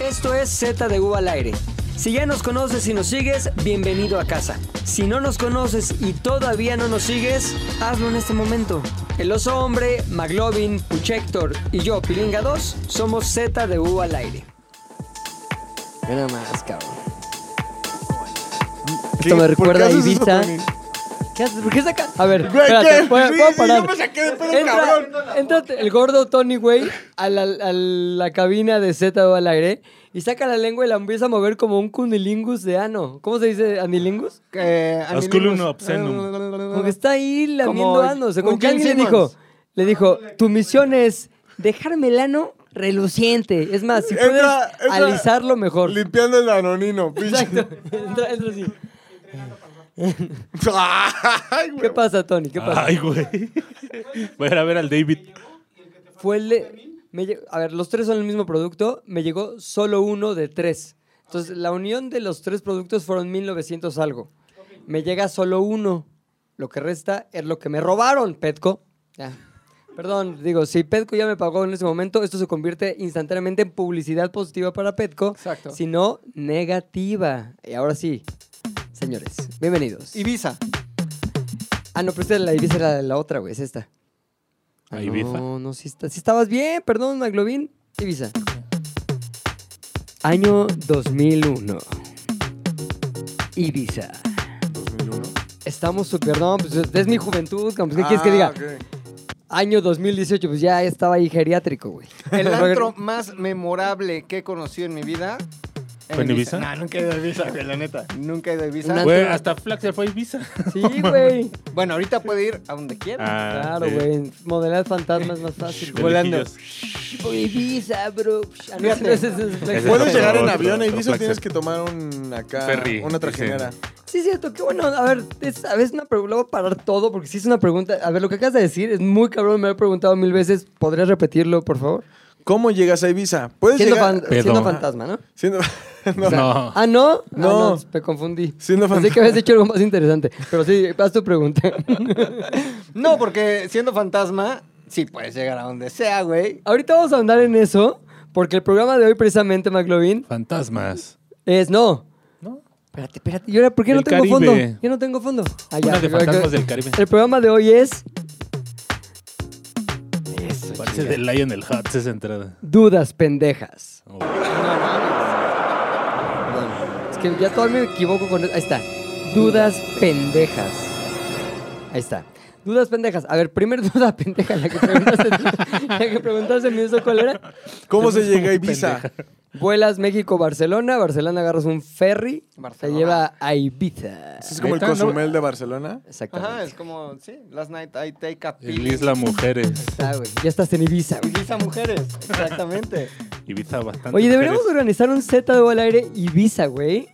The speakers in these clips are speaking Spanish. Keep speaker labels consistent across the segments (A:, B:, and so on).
A: Esto es Z de U al aire. Si ya nos conoces y nos sigues, bienvenido a casa. Si no nos conoces y todavía no nos sigues, hazlo en este momento. El oso hombre, Maglovin, Puchector y yo, Pilinga 2, somos Z de U al aire.
B: Mira más, cabrón.
A: Esto me recuerda a Ibiza.
B: ¿Qué haces? ¿Por qué saca-
A: A ver,
C: Güey,
A: espérate,
C: ¿qué?
A: voy a-
C: Sí,
A: voy a
C: sí,
A: parar.
C: Yo me saqué de pedo, cabrón.
A: Entra, entra el gordo Tony, güey, a la, a la cabina de Z o al aire y saca la lengua y la empieza a mover como un cunilingus de ano. ¿Cómo se dice? ¿Anilingus?
B: Eh,
C: Asculum
B: animus-
C: Eh, obscenum.
A: Como que está ahí lamiendo
B: Como-
A: ano. O sea, como
B: como
A: que alguien
B: Gene
A: le dijo,
B: Simmons.
A: le dijo, tu misión es dejarme el ano reluciente. Es más, si
C: Entra-
A: puedes
C: entra-
A: alisarlo mejor.
C: Limpiando el anonino, pinche.
A: Exacto. Entra, entra así.
C: Ay, güey.
A: ¿Qué pasa, Tony? ¿Qué pasa?
D: Ay, güey. Voy a ir a ver al David.
A: Fue el de- me lle- a ver, los tres son el mismo producto. Me llegó solo uno de tres. Entonces, la unión de los tres productos fueron 1900 algo. Me llega solo uno. Lo que resta es lo que me robaron, Petco. Ya. Perdón, digo, si Petco ya me pagó en ese momento, esto se convierte instantáneamente en publicidad positiva para Petco.
B: Exacto.
A: Si no, negativa. Y ahora sí, señores, bienvenidos.
B: Ibiza.
A: Ah, no, pero esta era la Ibiza era la otra, güey, es esta. Ah,
D: ¿A Ibiza?
A: No, no, sí, está- sí estabas bien, perdón, Maglobin. Ibiza. Año 2001. Ibiza.
C: 2001.
A: Estamos súper, no, pues es mi juventud, cabrón, pues, ¿qué quieres
C: Ah,
A: que diga?
C: ok.
A: Año 2018, pues ya estaba ahí geriátrico, güey.
B: El antro más memorable que he conocido en mi vida. era
D: ¿Fue en Ibiza?
B: Eh, Nah,
C: nunca he ido a Ibiza, güey, la neta.
B: nunca he ido a Ibiza.
A: Una-
D: Güey, hasta Flax se fue a Ibiza.
A: Sí, güey.
B: Bueno, ahorita puede ir a donde quiera.
D: Ah,
A: Claro,
D: de-
A: güey. Modelar fantasmas más fácil.
D: de
A: güey.
D: Lejillos.
A: Ibiza, bro. Ah, no,
B: Fíjate.
A: ese es- ese es-
D: Ese es
C: Puedes
D: otro,
C: llegar en
D: otro,
C: avión a
D: otro
C: Ibiza o
D: flaxer.
C: tienes que tomar un acá,
D: Ferry,
C: una trajinera.
A: Sí, es cierto, qué bueno. A ver, es, a veces una pregunta, voy a parar todo porque sí es una pregunta. A ver, lo que acabas de decir es muy cabrón, me lo he preguntado mil veces. ¿Podrías repetirlo, por favor?
C: ¿Cómo llegas a Ibiza? Puedes
A: Siendo,
C: llegar...
A: fan-
D: Pedo.
A: siendo fantasma, ¿no?
C: Siendo... no.
A: O sea,
D: No.
A: Ah, ¿no? Ah,
C: No.
A: me confundí.
C: Siendo
A: Pensé que habías dicho algo más interesante, pero sí, haz tu pregunta.
B: No, porque siendo fantasma, sí puedes llegar a donde sea, güey.
A: Ahorita vamos a andar en eso, porque el programa de hoy precisamente, McLovin,
D: Fantasmas.
A: es no.
D: ¿No?
A: Espérate, espérate. ¿Y ahora por qué no
D: El
A: tengo
D: Caribe.
A: fondo? Yo no tengo fondo. Ah, ya,
D: Una de
A: porque-
D: Fantasmas del Caribe.
A: El programa de hoy es
D: Parece de Lionel Hutz esa entrada.
A: Dudas Pendejas.
D: Oh,
A: Es que ya todavía me equivoco con... Ahí está. Dudas pendejas. Ahí está. Dudas pendejas. A ver, primer duda pendeja, la que preguntaste, la que preguntaste mi eso, ¿cuál era?
C: ¿Cómo se llega a Ibiza?
A: Vuelas México-Barcelona. Barcelona agarras un ferry.
B: Barcelona.
A: Te lleva a Ibiza.
C: ¿Es como el
D: Neta, no-
C: Cozumel de Barcelona?
A: Exactamente.
B: Ajá, es como, sí, last night I take a
D: El
B: pill.
D: Isla Mujeres.
A: Ah, güey, Ya estás en Ibiza, güey.
B: Ibiza mujeres, exactamente.
D: Ibiza bastante.
A: Oye, deberíamos
D: mujeres.
A: organizar un Z de al aire Ibiza, güey.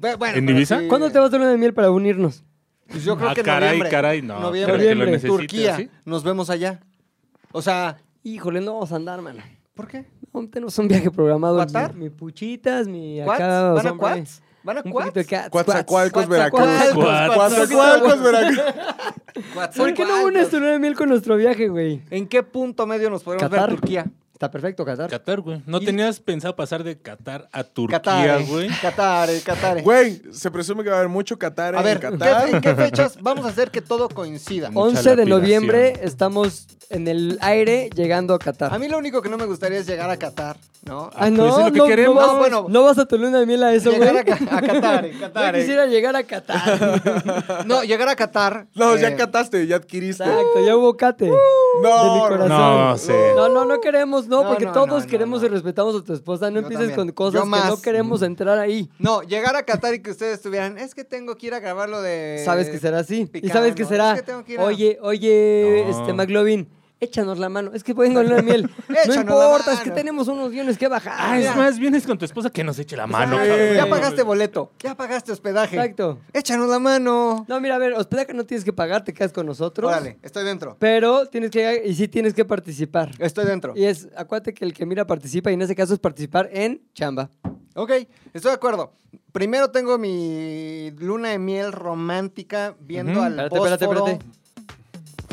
B: Bu- bueno,
D: ¿En
B: pero
D: Ibiza?
B: sí.
A: ¿Cuándo te vas de luna de miel para unirnos?
B: Pues yo creo
D: Ah,
B: que
D: caray,
B: noviembre.
D: caray, no.
B: Noviembre,
A: pero que lo
D: necesite,
B: Turquía,
D: ¿sí?
B: nos vemos allá. O sea,
A: Híjole, no vamos a andar, mano.
B: ¿por qué?
A: No, tenemos un viaje programado.
B: ¿Cuatar?
A: Mi, mi puchitas, mi
B: ¿Cuats?
A: acá.
B: ¿Van a
A: hombre.
B: Cuats? ¿Van a
A: Un poquito de
B: Cuats?
A: cats.
C: Coatzacoalcos,
B: Cuatzacoalcos,
C: Veracruz.
D: Cuatzacoalcos,
C: Coatzacoalcos, Veracruz.
B: Cuatzacoalcos.
A: ¿Por qué no unes tu luna de miel con nuestro viaje, güey?
B: ¿En qué punto medio nos podemos
A: Qatar.
B: ver Turquía?
A: Está perfecto, Qatar.
D: Qatar, güey. No
B: Y-
D: tenías pensado pasar de Qatar a Turquía,
B: Qatar, eh.
D: güey.
B: Qatar,
A: Eh.
B: Qatar.
C: Güey, se presume que va a haber mucho Qatar
B: eh. A
C: en
B: ver, ¿qué-
C: Qatar.
B: ¿en qué fechas vamos a hacer que todo coincida?
D: Mucha
A: 11 de
D: lapidación.
A: noviembre estamos en el aire llegando a Qatar.
B: A mí lo único que no me gustaría es llegar a Qatar, ¿no?
A: Ah,
D: pues es
A: no,
D: lo que
A: no,
D: queremos.
A: no vas,
B: No, bueno.
A: no vas a tu luna de miel a eso, güey.
B: Llegar a, Ca- a Qatar,
A: Yo
B: Qatar. eh.
A: quisiera llegar a Qatar.
B: No, llegar a Qatar.
C: No,
B: eh,
C: ya cataste, ya adquiriste.
A: Exacto, ya hubo cate. de mi
C: No,
A: corazón.
C: no.
D: No, sí.
A: No, no, no queremos, no,
B: Uh, No,
A: porque
B: no,
A: todos
B: no, no,
A: queremos
B: no.
A: y respetamos a tu esposa. No
B: Yo
A: empieces
B: también.
A: con
B: Yo
A: cosas que
B: más. Mm.
A: no queremos entrar ahí.
B: No, llegar a Qatar y que ustedes estuvieran, es que tengo que ir a grabar lo de...
A: Sabes que será así. y
B: Picano.
A: sabes que
B: Eh, Es
A: será.
B: que tengo que ir a-
A: Oye, oye,
D: No.
A: este McLovin, échanos la mano. Es que vengo a la miel. no
B: Échanos la
A: importa, es que
B: mano.
A: tenemos unos guiones que bajar.
D: Ah, es
B: Mira.
D: más, vienes con tu esposa que nos eche la mano.
B: Ah,
D: cabrón.
B: Ya pagaste boleto, ya pagaste hospedaje.
A: Exacto.
B: Échanos la mano.
A: No, mira, a ver, hospedaje no tienes que pagar, te quedas con nosotros.
B: Órale, estoy dentro.
A: Pero tienes que y sí tienes que participar.
B: Estoy dentro.
A: Y es, acuérdate que el que mira participa y en ese caso es participar en chamba.
B: Ok, estoy de acuerdo. Primero tengo mi luna de miel romántica viendo
D: Ujú.
B: al
A: Espérate,
B: Bósforo.
A: espérate, espérate.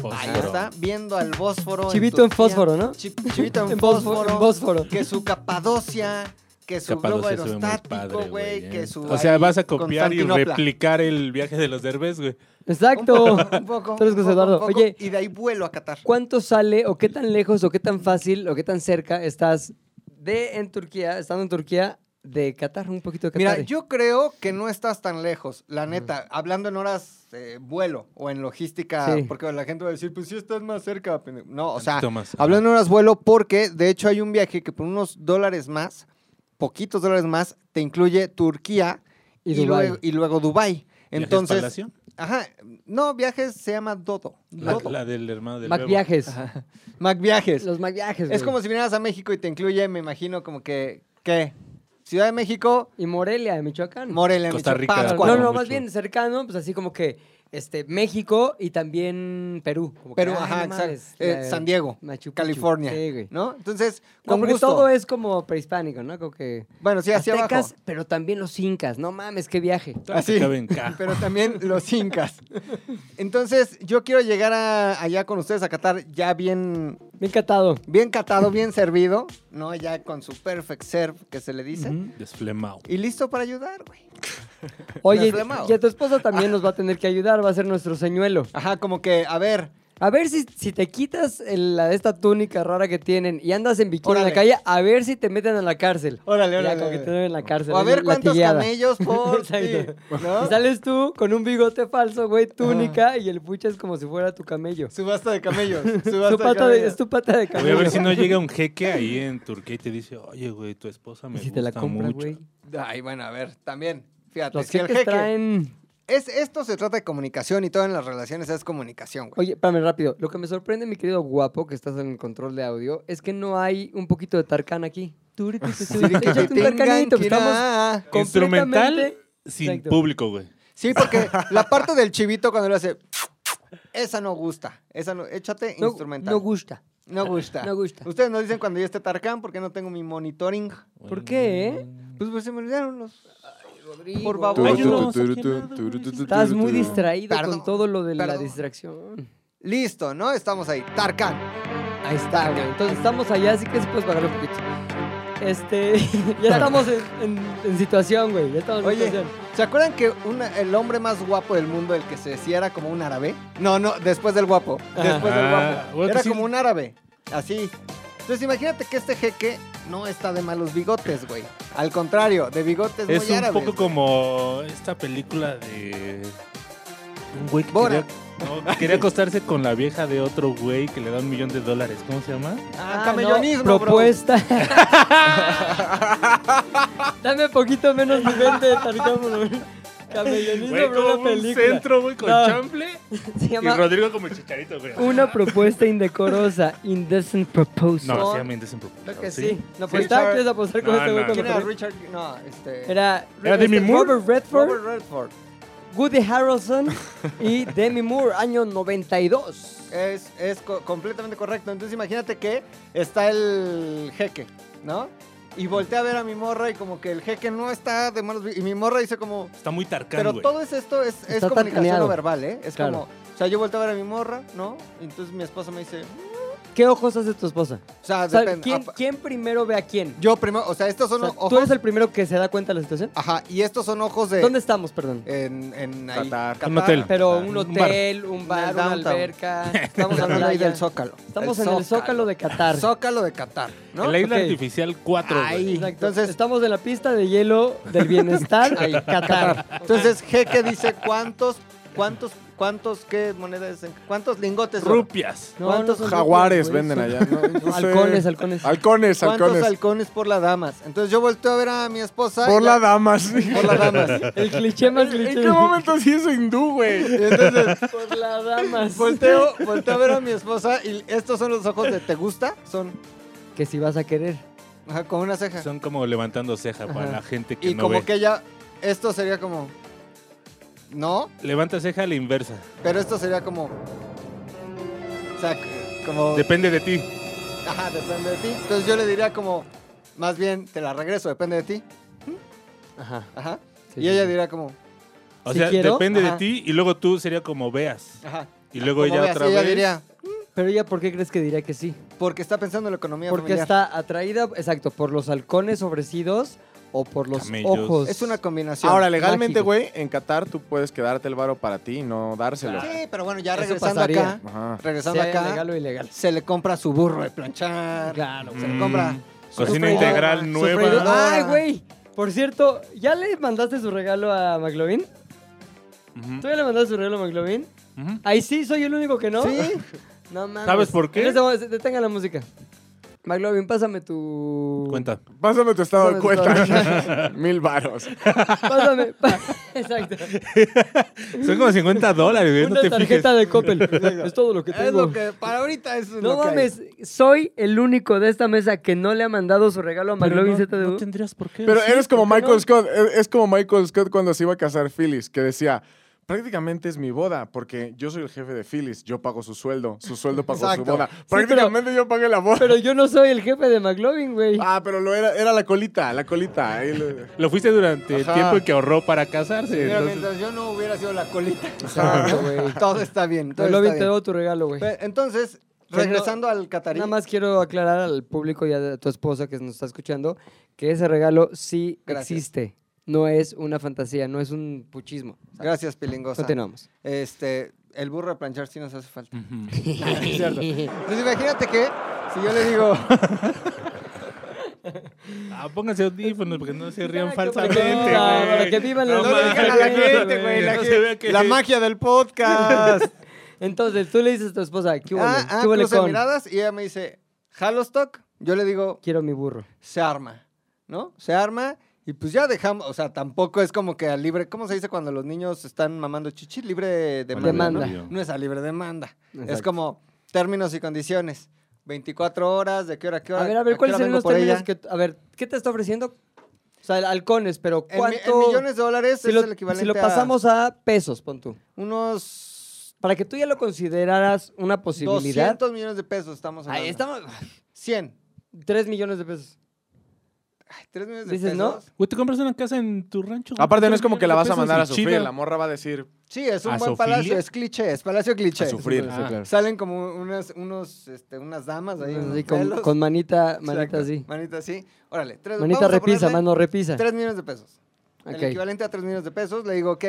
D: Fósforo.
B: Ahí está, viendo al Bósforo.
A: Chivito en
B: Turquía.
A: fósforo, ¿no?
B: Chi- chivito en,
A: En bósforo,
B: fósforo.
A: en bósforo.
B: Que su Capadocia, que su globo
D: Capadocia se ve muy
B: aerostático,
D: padre,
B: güey,
D: ¿eh?
B: que su...
D: O sea,
B: ahí,
D: vas a copiar y
B: Constantinopla.
D: replicar el viaje de los derbés, güey.
A: Exacto.
B: Un poco,
A: Tú eres José
B: un poco, un
A: Eduardo.
B: poco,
A: Oye,
B: Y de ahí vuelo a Qatar.
A: ¿Cuánto sale o qué tan lejos o qué tan fácil o qué tan cerca estás de en Turquía, estando en Turquía, de Qatar, un poquito de Qatar?
B: Mira, yo creo que no estás tan lejos, la neta. Hablando en horas eh, vuelo o en logística,
A: Sí.
B: porque la gente va a decir, pues sí estás más cerca. pende-". No, o sea,
D: Tantito más.
B: hablando en horas vuelo porque, de hecho, hay un viaje que por unos dólares más, poquitos dólares más, te incluye Turquía
A: Y
B: y,
A: Dubái.
B: luego, y luego Dubái.
D: ¿Viajes
B: Entonces,
D: Palacio?
B: ajá, no, viajes se llama Dodo.
D: La,
B: Dodo.
D: la del hermano del
A: Mac
D: Bebo.
A: viajes.
B: Mac Viajes.
A: Los Mac viajes. güey.
B: Es como si vinieras a México y te incluye, me imagino, como que, ¿qué? Ciudad de México,
A: y Morelia de Michoacán.
B: Morelia,
D: Costa
B: Michoacán,
D: Rica.
B: Pátzcuaro.
A: no, no,
D: Mucho.
A: más bien cercano, pues así como que este México y también Perú. como que,
B: Pero,
A: ay,
B: ajá,
A: no
B: exacto.
A: mames,
B: Eh,
A: la-
B: San Diego,
A: Machu Picchu.
B: California,
A: Sí, güey.
B: ¿no? Entonces,
A: No,
B: con
A: porque
B: gusto.
A: todo es como prehispánico, ¿no? Como que
B: Bueno, sí, hacia
A: aztecas,
B: abajo.
A: pero también los incas. No mames, qué viaje.
D: Todavía
B: Así.
D: te cabe en K.
B: Pero también los incas. Entonces, yo quiero llegar a- allá con ustedes a Qatar ya bien,
A: Bien catado.
B: bien catado, bien servido, ¿no? Ya con su perfect serve, que se le dice.
D: Ujú. Desflemao.
B: Y listo para ayudar, güey.
A: Oye,
B: Desflemado.
A: y a tu esposa también nos va a tener que ayudar, va a ser nuestro señuelo.
B: Ajá, como que, a ver,
A: A ver si, si te quitas el- la, esta túnica rara que tienen y andas en bikini en la
B: Órale.
A: calle, a ver si te meten a la cárcel.
B: Órale,
A: Ya,
B: órale,
A: como que
B: órale.
A: te meten en la cárcel.
B: o a
A: ahí
B: ver cuántos
A: latigueada.
B: camellos por ti,
A: Exacto.
B: ¿no? Ah.
A: Y sales tú con un bigote falso, güey, túnica, y el pucha es como si fuera tu camello.
B: Subasta de camellos. Subasta
A: Tu pata de,
B: camellos.
A: es tu pata de
D: Voy a
A: camello.
D: ver si no llega un jeque ahí en Turquía y te dice, oye, güey, tu esposa
A: Y
D: me
A: si
D: gusta
A: te la compras,
D: mucho.
A: güey.
B: Ay, bueno, a ver, también. Fíjate,
A: Los
B: si el
A: jeques
B: jeque-
A: traen...
B: Es, esto se trata de comunicación y todo en las relaciones es comunicación, güey.
A: Oye, espérame rápido. Lo que me sorprende, mi querido guapo, que estás en el control de audio, es que no hay un poquito de tarcán aquí. Tú, tú, tú, tú, tú, échate un
B: tengan
A: tarcanito, Ah, que
B: ir
A: estamos
B: a-
D: Instrumental
A: completamente-
D: sin
A: Exacto.
D: público, güey.
B: Sí, porque la parte del chivito cuando lo hace... Esa no gusta. Esa no... Échate
A: No,
B: instrumental.
A: no gusta.
B: No gusta.
A: No gusta.
B: Ustedes nos dicen cuando yo esté Tarkan porque no tengo mi monitoring.
A: ¿Por qué, eh?
B: Pues, pues se me olvidaron los...
A: Rodrigo.
B: Por favor.
D: Ay,
C: Turu,
D: yo
C: turu,
D: no,
C: turu,
D: saqué
C: turu,
D: nada,
C: turu,
D: güey.
C: turu,
A: Estás
C: turu,
A: muy
C: turu.
A: distraído
B: Perdón,
A: con todo lo de la
B: perdón.
A: distracción.
B: Listo, ¿no? Estamos ahí. Tarkan.
A: Ahí está, güey. Entonces estamos allá, así que sí puedes bajar un poquito. Este, ya estamos en, en- en situación, güey. Ya estamos en
B: Oye,
A: situación.
B: ¿se acuerdan que una- el hombre más guapo del mundo, el que se decía era como un árabe? No, no, después del guapo. Después del
D: Ah,
B: guapo.
D: bueno,
B: Era
D: sí.
B: como un árabe. Así. Entonces imagínate que este jeque no está de malos bigotes, güey. Al contrario, de bigotes
D: Es
B: muy
D: un
B: árabes.
D: poco como esta película de un güey que
B: Borat.
D: quería, no, quería acostarse con la vieja de otro güey que le da un millón de dólares. ¿Cómo se llama?
B: Ah,
A: no,
B: camellonismo, bro.
A: propuesta. Dame poquito menos nivel de tarcámono, güey. Camellonismo,
D: Güey,
A: bro,
D: como
A: una
D: un
A: película.
D: centro, güey, con
A: No.
D: chample
A: Se
D: y
A: llama
D: Rodrigo como el chicharito, güey.
A: Una propuesta indecorosa, indecent proposal.
D: No, se llama Indecent Proposal,
B: Creo que
A: Sí, no
B: Sí,
A: pues está,
B: sabe.
A: quieres apostar con
D: No,
A: este güey
D: no,
A: cuando
B: ¿Quién era
A: te-
B: Richard? No, este.
A: Era,
D: ¿Era Demi
A: este,
D: Moore?
A: Robert Redford,
B: Robert Redford.
A: Woody Harrelson y Demi Moore, año 92.
B: Es, es co- completamente correcto. Entonces imagínate que está el jeque, ¿no? Y voltea a ver a mi morra y como que el jeque no está de malos bigotes. Y mi morra dice como...
D: Está muy tarcán,
B: Pero
D: güey.
B: todo es esto es, es
A: Está
B: comunicación
A: tartaneado.
B: no verbal, ¿eh? Es
A: Claro.
B: como... O sea, yo volteo a ver a mi morra, ¿no? Y entonces mi esposa me dice...
A: ¿Qué ojos hace tu esposa?
B: O sea,
A: O sea,
B: depende.
A: ¿quién,
B: Ah,
A: quién primero ve a quién?
B: Yo primero... O sea, estos son
A: O sea,
B: ojos...
A: ¿Tú eres el primero que se da cuenta de la situación?
B: Ajá, y estos son ojos de...
A: ¿Dónde estamos, perdón?
B: En, en ahí,
C: Qatar.
D: Un hotel.
A: Pero
D: Ah,
A: un
D: un
A: hotel, un
B: En
A: bar,
B: el
A: una
B: downtown.
A: alberca. Estamos
B: Estamos
A: hablando
B: hablando ahí del
A: Zócalo.
B: Zócalo.
A: Estamos en el Zócalo de Qatar.
B: Zócalo de Qatar, ¿no?
D: En la isla
A: Ok.
D: artificial 4,
B: Ahí.
A: Exacto.
B: Entonces-
A: estamos en la pista de hielo del bienestar
B: Ahí,
A: Qatar.
B: Entonces, Jeque dice cuántos, cuántos, cuántos, qué monedas, en- cuántos lingotes. de oro?
D: Rupias.
A: No,
B: ¿Cuántos
A: no son
C: Jaguares
A: rupias, güey,
C: venden
A: son-
C: allá. ¿no? No sé.
A: Halcones, halcones.
C: Halcones,
B: ¿Cuántos
C: halcones.
B: halcones por las damas? Entonces yo volteo a ver a mi esposa.
C: Por
B: y
C: la
B: ya-
C: damas.
B: Por las damas.
A: El cliché más cliché.
C: ¿En qué momento sí es hindú, güey?
B: Y entonces
A: Por la damas.
B: volteo, volteo a ver a mi esposa y estos son los ojos de ¿te gusta? Son
A: Que si vas a querer.
B: ajá, con una ceja.
D: Son como levantando ceja para
A: Ajá.
D: la gente que
B: y
D: no
B: como
D: ve.
B: que ella, esto sería como, no,
D: Levanta ceja a la inversa.
B: pero esto sería como, o sea, como,
D: Depende de ti.
B: ajá, depende de ti. Entonces yo le diría como, más bien te la regreso, depende de ti.
A: Ajá.
B: Ajá.
A: Sí,
B: y
A: sí,
B: ella
A: sí.
B: dirá como,
D: O
A: Si
D: sea,
A: quiero,
D: depende
B: ajá.
D: de ti y luego tú sería como veas.
B: ajá.
D: Y luego
B: Como
D: ya
B: veas,
D: otra
B: ella
D: vez.
B: diría,
A: Pero ella, ¿por qué crees que diría que sí?
B: Porque está pensando en la economía
A: Porque
B: familiar.
A: está atraída, exacto, por los halcones ofrecidos o por los
D: Camellos.
A: ojos.
B: Es una combinación.
C: Ahora, legalmente,
A: mágico.
C: güey, en Qatar tú puedes quedarte el varo para ti y no dárselo.
B: Sí, pero bueno, ya
A: Eso
B: regresando
A: pasaría.
B: acá,
C: Ajá.
B: regresando
A: Sea
B: acá,
A: legal o ilegal.
B: se le compra su burro de planchar.
A: Claro,
B: Se
A: güey.
B: le compra.
D: Mm,
B: su
D: Cocina
B: freidora,
D: integral
B: su
A: Sofreído-
D: nueva.
B: freidora.
A: Ay, güey. Por cierto, ¿ya le mandaste su regalo a McLovin?
D: Ujú,
A: ¿Tú ya le mandaste su regalo a McLovin?
D: ujú.
A: Ahí sí, soy el único que no.
B: Sí.
A: No mames.
D: ¿Sabes por qué?
A: En este momento, detenga la música. McLovin, pásame tu.
D: Cuenta.
C: Pásame tu estado de
A: Pásame tu
C: cuenta. Mil varos.
A: Pásame. pa- Exacto.
D: Son como 50 dólares, güey. No
A: Una
D: te fijes.
A: tarjeta de Coppel. Es todo lo que tengo.
B: Es lo que para ahorita es
A: No
B: lo que hay.
A: mames, soy el único de esta mesa que no le ha mandado su regalo a McLovin ZDU.
D: tendrías por qué.
C: Pero eres como
A: ¿por qué
C: Michael
A: no?
C: Scott. Es es como Michael Scott cuando se iba a casar Phyllis, que decía. Prácticamente es mi boda, porque yo soy el jefe de Phyllis, yo pago su sueldo, su sueldo pagó su
B: Exacto.
C: boda. Prácticamente yo pagué la boda.
A: Pero yo no soy el jefe de McLovin, güey.
C: Ah, pero lo era, era la colita, la colita. ahí lo-
D: Lo fuiste durante
C: Ajá.
D: el tiempo que ahorró para casarse.
B: Mira,
D: entonces-
B: mientras yo no hubiera sido la colita.
A: Exacto, güey.
B: todo está bien. todo
A: McLovin
B: está
A: te
B: bien.
A: doy tu regalo, güey.
B: Pe- Entonces,
A: Pero-
B: regresando al catarí.
A: Nada más quiero aclarar al público y a tu esposa que nos está escuchando que ese regalo sí
B: Gracias.
A: existe. No es una fantasía, no es un puchismo.
B: Gracias, Pilingosa.
A: Continuamos.
B: Este, el burro de planchar sí nos hace falta.
D: Ujú.
B: Es cierto. Entonces, imagínate que si yo le digo,
D: Ah, pónganse audífonos porque no se rían
A: Exacto,
D: falsamente,
A: para
D: güey.
A: que- para que vivan los-
B: no le digan a la
A: mames,
B: gente, güey, la,
D: No
B: gente-
D: se vea que-
B: la magia del podcast.
A: Entonces, tú le dices a tu esposa, ¿qué hubo?
B: ah, ah,
A: ¿Qué hubo
B: cruza
A: con?
B: miradas y ella me dice, Halostock. Yo le digo,
A: Quiero mi burro.
B: se arma, ¿no? Se arma y pues ya dejamos, o sea, tampoco es como que a libre, ¿cómo se dice cuando los niños están mamando chichi? Libre demanda.
A: Demanda.
B: ¿no? No es a libre demanda. Es
A: Exacto.
B: como términos y condiciones. 24 horas, de qué hora, a qué hora.
A: A ver, a ver,
B: qué
A: ¿cuáles
B: hora
A: serían
B: vengo
A: los
B: por
A: términos
B: ella?
A: que... A ver, ¿qué te está ofreciendo? O sea, halcones, pero
B: En, mi-
A: ¿cuánto...?
B: en millones de dólares
A: si
B: es
A: lo,
B: el equivalente
A: si lo
B: a
A: pasamos a pesos, pon tú.
B: unos
A: Para que tú ya lo consideraras una posibilidad.
B: 200 millones de pesos estamos hablando.
A: Ahí estamos.
B: 100.
A: 3 millones de pesos.
B: 3 millones de
A: Dices, ¿no?
B: pesos.
D: Güey, te compras una casa en tu rancho. güey,
C: Aparte, no es
D: tres
C: como que la vas a
D: pesos
C: mandar
D: y
C: a sufrir.
D: chida.
C: La morra va a decir
B: Sí, es un
D: ¿A
B: buen
D: Sofilia?
B: palacio, es cliché, es palacio cliché.
C: a sufrir.
D: Ah.
C: sí, claro.
B: Salen como unas, unos, este, unas damas ahí.
A: Así
B: unos
A: con,
B: pelos.
A: con manita,
B: Exacto,
A: manita así.
B: Manita así. Órale, tres,
A: Manita
B: vamos a
A: repisa,
B: ponerle
A: mano repisa.
B: 3 millones de pesos.
A: Ok.
B: El equivalente a 3 millones de pesos. Le digo, ok,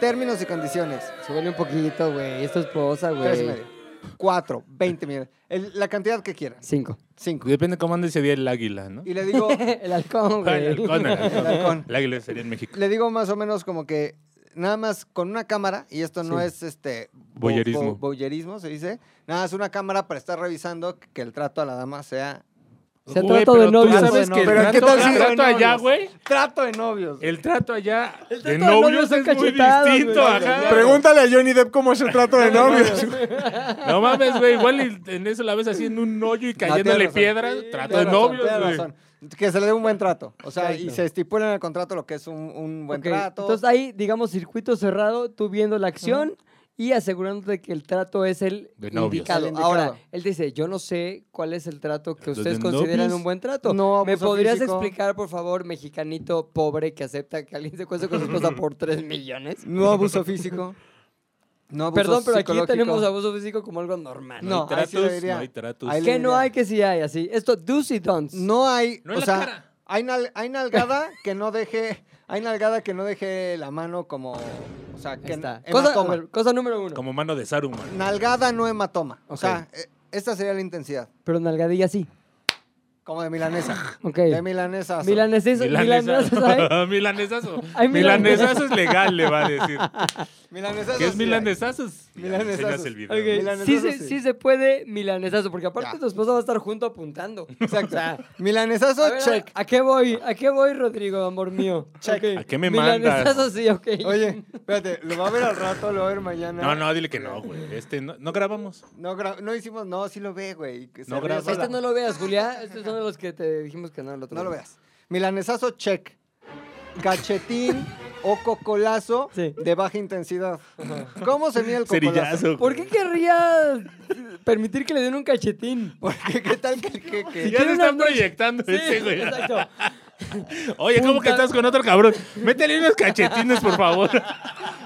B: términos y condiciones.
A: Súbele un poquito, güey. Esto es posa,
B: Tres y
A: güey.
B: medio. Cuatro, 20 millones. El- la cantidad que quieras.
A: Cinco.
B: Cinco.
D: Depende cómo ande ese día el águila, ¿no?
B: Y le digo,
A: El halcón,
D: Ah, el
A: güey.
D: halcón, el halcón.
B: El halcón.
D: El águila sería en México.
B: le digo más o menos como que nada más con una cámara, y esto no
A: Sí.
B: es este bo-
D: Voyerismo.
B: bo- voyerismo, se dice. Nada más una cámara para estar revisando que el trato a la dama sea
A: Se
D: Güey,
A: trata
D: pero
A: de
D: tú
A: novios.
D: sabes que el
C: Pero ¿qué
D: trato,
C: tal si-
D: el trato allá,
B: novios?
D: güey?
B: trato de novios.
D: El trato allá
A: trato
D: de
A: de novios
D: novios
A: son
D: es muy
A: cachetadas, güey.
D: distinto, ajá.
C: Pregúntale a Johnny Depp cómo es el trato de novios. güey.
D: No mames, güey, igual y en eso la ves así en un hoyo y cayéndole
B: tienes razón.
D: piedras.
B: Sí,
D: Trato de
B: tienes razón,
D: novios,
B: tienes
D: güey.
B: razón. Que se le dé un buen trato. O sea, y
A: Exacto.
B: se estipula en el contrato lo que es un, un buen
A: Ok,
B: trato.
A: Entonces ahí, digamos, circuito cerrado, tú viendo la acción y asegurándote que el trato es el
D: De novios.
A: indicado.
B: El indicado.
A: Ahora, él dice, yo no sé cuál es el trato que
D: Entonces,
A: ustedes
D: ¿de
A: consideran
D: novios?
A: un buen trato.
B: No,
A: ¿Me
B: abuso
A: podrías
B: físico.
A: explicar, por favor, mexicanito pobre que acepta que alguien se cueste con su esposa por 3 millones?
B: No abuso físico. No abuso
A: Perdón, pero aquí
B: psicológico.
A: tenemos abuso físico como algo normal.
B: No,
D: hay
B: ahí sí
D: tratos,
B: lo diría.
D: no hay tratos.
B: Ahí le
A: ¿Qué no
B: diría.
A: hay que sí hay así? Esto, do's y don'ts.
B: No hay.
D: No
B: o
D: en la
B: sea,
D: cara.
B: Hay, nal- hay nalgada que no deje. Hay nalgada que no deje la mano como. O sea,
A: Ahí
B: que.
A: está. Cosa,
B: Hematoma.
A: a ver, cosa número uno.
D: Como mano de Saruman.
B: Nalgada no hematoma. O sea, eh, esta sería la intensidad.
A: Pero nalgadilla sí.
B: Como de milanesa.
A: Ok.
B: De milanesa.
A: Milaneses, milanesas, ¿sabes?
D: Milanesazo. Milanesazo.
A: Hay
D: Milanesazo es legal, le va a decir.
B: Milanesa.
D: ¿Qué es milanesazos?
B: Milanesazos.
D: Ya, enseñas el video.
A: Ok,
B: Milanesazo,
A: sí, se,
B: sí.
A: sí se puede milanesazo, porque aparte
B: Ya.
A: tu esposa va a estar junto apuntando.
B: Exacto.
A: O sea,
B: Milanesazo,
A: a ver,
B: check.
A: ¿A qué voy? ¿A qué voy, Rodrigo, amor mío?
B: Check.
A: Ok.
D: ¿A qué me
A: Milanesazo
D: mandas?
A: sí, ok.
B: Oye, espérate, lo va a ver al rato, lo va a ver mañana.
D: No, no, dile que no, güey. Este, no, no grabamos.
B: No, gra- no hicimos, no, sí lo ve, güey. que se
D: No
B: ríe
D: grabas.
B: sola.
A: este no lo veas, Julia. Este es uno de los que te dijimos que no el otro
B: No lo
A: día.
B: veas. Milanesazo, check. Cachetín o cocolazo
A: Sí.
B: de baja intensidad. ¿Cómo se mide el cocolazo?
D: Cerillazo.
A: ¿Por qué querría permitir que le den un cachetín?
B: Porque qué tal que el jeque?
A: tiene
D: Ya se
A: una
D: están
A: noche-
D: proyectando
A: Sí,
D: ese, güey.
A: exacto.
D: Oye, ¿cómo
A: Punta-
D: que estás con otro cabrón? Métele unos cachetines, por favor.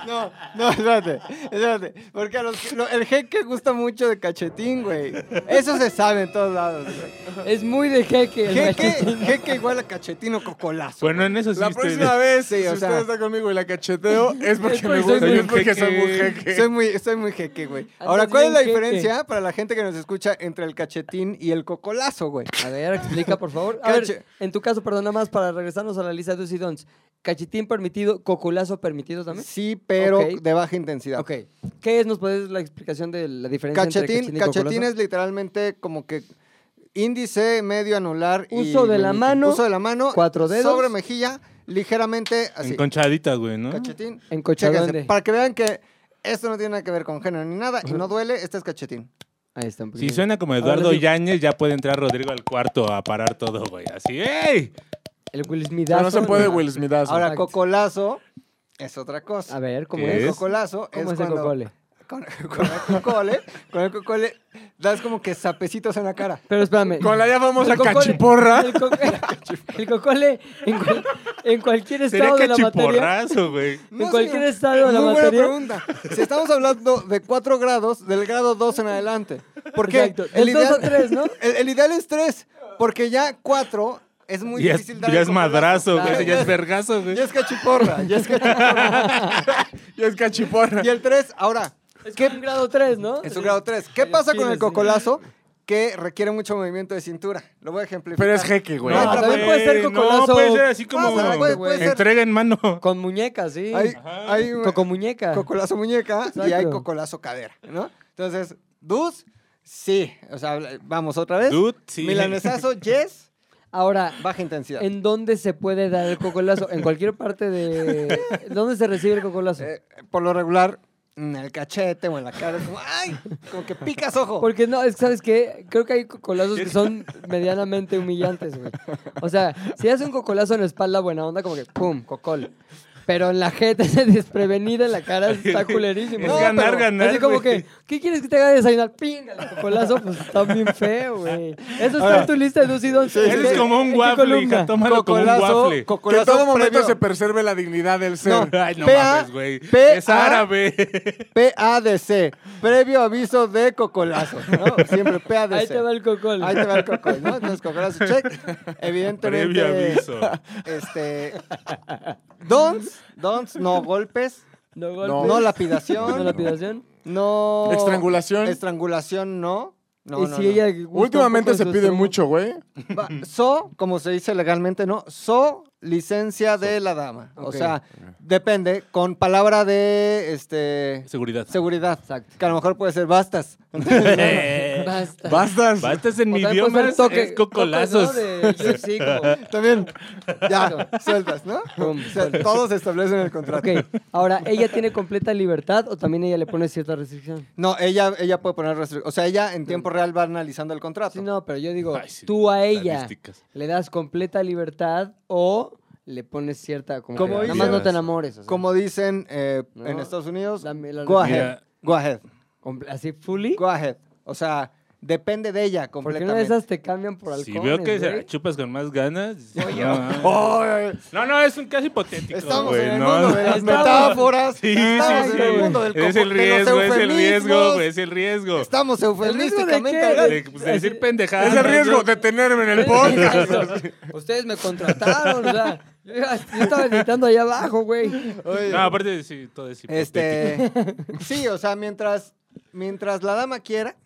B: No, no, espérate, espérate. Porque a los, lo- el jeque gusta mucho de cachetín, güey. Eso se sabe en todos lados, güey.
A: Es muy de jeque el
B: Jeque,
A: machetín.
B: jeque igual a cachetín o cocolazo.
D: Bueno, en eso sí.
C: La
D: estoy-
C: próxima vez,
B: Sí,
C: si
B: o
C: usted
B: sea-
C: está conmigo y la cacheteo, es porque me
A: porque soy
C: gusta,
A: muy
C: y es porque soy muy
D: jeque.
C: jeque.
B: Soy muy, soy muy jeque, güey.
A: Andas
B: Ahora, ¿cuál es
A: bien
B: la
A: jeque.
B: diferencia para la gente que nos escucha entre el cachetín y el cocolazo, güey?
A: A ver, explica, por favor. A ver,
B: Cache-
A: en tu caso, perdón, nada más para regresarnos a la lista de do's y don'ts. Cachetín permitido, coculazo permitido también.
B: Sí, pero
A: Ok.
B: de baja intensidad.
A: Ok. ¿Qué es? ¿Nos puedes la explicación de la diferencia
B: Cachetín,
A: entre cachetín y
B: cachetín
A: coculazo?
B: es literalmente como que índice, medio anular y
A: Uso de la
B: meñique.
A: mano,
B: uso de la mano,
A: cuatro dedos.
B: sobre mejilla, ligeramente así.
D: Enconchaditas, güey, ¿no?
B: Cachetín.
A: Encochadón
B: Chéquense,
A: de-
B: Para que vean que esto no tiene nada que ver con género ni nada y no duele, este es cachetín.
A: Ahí está. un
D: Si
A: poquito.
D: suena como
A: Ahora
D: Eduardo
A: sí.
D: Yáñez, ya puede entrar Rodrigo al cuarto a parar todo, güey. Así, ¡ey!
A: El Will Smith.
C: Pero no se puede Will ah, Smithazo.
B: Ahora,
A: Exacto.
B: cocolazo es otra cosa.
A: A ver, ¿cómo
D: ¿Qué
A: es?
D: es?
B: Cocolazo es,
A: ¿Cómo es, el
B: cuando
A: cocole?
B: Con, con el cocole, con el cocole das como que sapecitos en la cara.
A: Pero espérame.
C: Con la ya famosa
A: El cocole-
C: cachiporra.
A: El, co- el cocole en, cual- en cualquier
D: Sería
A: estado de la materia.
D: cachiporrazo, güey.
A: En cualquier estado de la
B: Muy
A: materia.
B: buena pregunta. Si estamos hablando de 4 grados, del grado 2 en adelante. Porque
A: Exacto. Del dos a tres, ¿no?
B: El, el ideal es 3, porque ya 4 es muy
D: Y es-
B: difícil dar
D: ya
B: el
D: es
B: cocolazo.
D: madrazo, güey.
B: Claro,
D: ese Ya es vergazo, güey.
B: Ya es cachiporra, ya es cachiporra.
C: Y es cachiporra.
B: y el 3, ahora,
A: Es que un grado 3, ¿no?
B: es un grado 3. ¿Qué pasa con
A: Chile,
B: el
A: sí.
B: cocolazo? Que requiere mucho movimiento de cintura. Lo voy a ejemplificar.
C: Pero es jeque, güey.
A: No, también
D: güey,
A: puede ser
D: No,
A: cocolazo.
D: puede ser así como
B: Pásala, güey, puede ser.
D: entrega en mano.
A: Con muñecas, sí.
B: Hay,
D: Ajá.
B: hay un-
A: Coco muñeca.
B: Cocolazo muñeca y hay
A: Exacto.
B: cocolazo cadera, ¿no? Entonces, dus, sí. O sea, habla- vamos otra vez.
D: Dude, sí.
B: Milanesazo, yes,
A: Ahora,
B: baja intensidad.
A: ¿en dónde se puede dar el cocolazo? En cualquier parte de. ¿Dónde se recibe el cocolazo?
B: Eh, por lo regular, en el cachete o en la cara, es como, ¡ay! Como que picas
D: oh.
B: ojo.
A: Porque no, es que, ¿sabes qué? Creo que hay cocolazos que son medianamente humillantes, güey. O sea, si haces un cocolazo en la espalda, buena onda, como que ¡pum! cocol. Pero en la gente desprevenida en la cara está culerísimo.
D: Es
A: güey.
D: ganar,
A: Pero
D: ganar,
A: Así como
D: güey.
A: que, ¿qué quieres que te haga desayunar? ¡Ping! El cocolazo, pues está bien feo, güey. Eso está
B: Ahora,
A: en tu lista de dos y dos.
D: Eres como un waffle, hija, tómalo como un waffle.
C: Que en
B: Este, cocolazo
C: todo momento
B: previo.
C: se preserve la dignidad del ser.
B: No.
D: Ay, no
B: PA,
D: mames, güey.
B: PA.
D: Es árabe.
B: PADC, previo aviso de cocolazo, ¿no? Siempre PADC.
A: Ahí te va el cocol.
B: Ahí te va el cocol, ¿no? Entonces, cocolazo, check. Evidentemente.
D: Previo aviso.
B: Este. Dons, dons, no golpes,
A: No,
C: No.
A: golpes.
B: no
A: No
B: lapidación,
A: lapidación.
B: no.
C: Estrangulación.
B: Estrangulación, no. No,
A: y
B: no,
A: si
B: no.
A: ella gusta un
C: Últimamente
A: poco de
C: se
A: su
C: pide
A: estómago.
C: mucho, güey.
B: Va- So, como se dice legalmente, ¿no? So, licencia de la dama. O
A: Ok.
B: sea, depende, con palabra de este
D: Seguridad.
B: seguridad. Que a lo mejor puede ser bastas.
A: Basta.
C: Bastas.
D: Bastas en
A: O
D: mi
A: también puede
B: pues,
D: idioma
A: ser toque-
D: es cocolazos.
A: toques, ¿no? De UFC, como-
B: También, ya, sueltas, ¿no?
A: Pum,
B: O sea,
A: sueltas.
B: todos establecen el contrato.
A: Ok, ahora, ¿ella tiene completa libertad o también ella le pone cierta restricción?
B: No, ella, ella puede poner restric- O sea, ella en tiempo real va analizando el contrato.
A: Sí, no, pero yo digo,
D: Ay, sí,
A: tú a ella
D: estadísticas.
A: le das completa libertad o le pones cierta... Como
B: Como
A: que nada
B: dice-
A: más no te enamores. o sea,
B: Como dicen eh,
A: No,
B: en Estados Unidos,
A: dame la-
B: go ahead,
D: Mira.
B: go ahead,
A: comple- así, fully.
B: go ahead. O sea, depende de ella
A: Porque
B: completamente.
A: una de esas te cambian por alcohol.
D: Si veo que se la chupas con más ganas. no, mames.
B: ¡Ay!
D: no, no, es un caso hipotético.
B: Estamos
D: güey,
B: en el
D: no,
B: mundo
D: no.
B: de las
A: Estamos-
B: metáforas.
D: Sí,
B: estamos
D: sí,
B: en el
D: sí.
B: mundo del
D: es
B: coco-
D: el
B: de los
D: riesgo, es el riesgo,
B: eufemismos.
D: güey, es el riesgo.
B: Estamos
A: ¿El
B: eufemísticamente.
A: riesgo
B: hablando.
A: de
D: De, pues, de decir pendejadas.
C: Es el riesgo
D: güey.
C: de tenerme en el podcast.
A: Ustedes me contrataron, o sea, yo, yo estaba gritando allá abajo, güey.
B: Oye,
D: No, aparte, sí, todo es hipotético.
B: este, sí, o sea, mientras, mientras la dama quiera,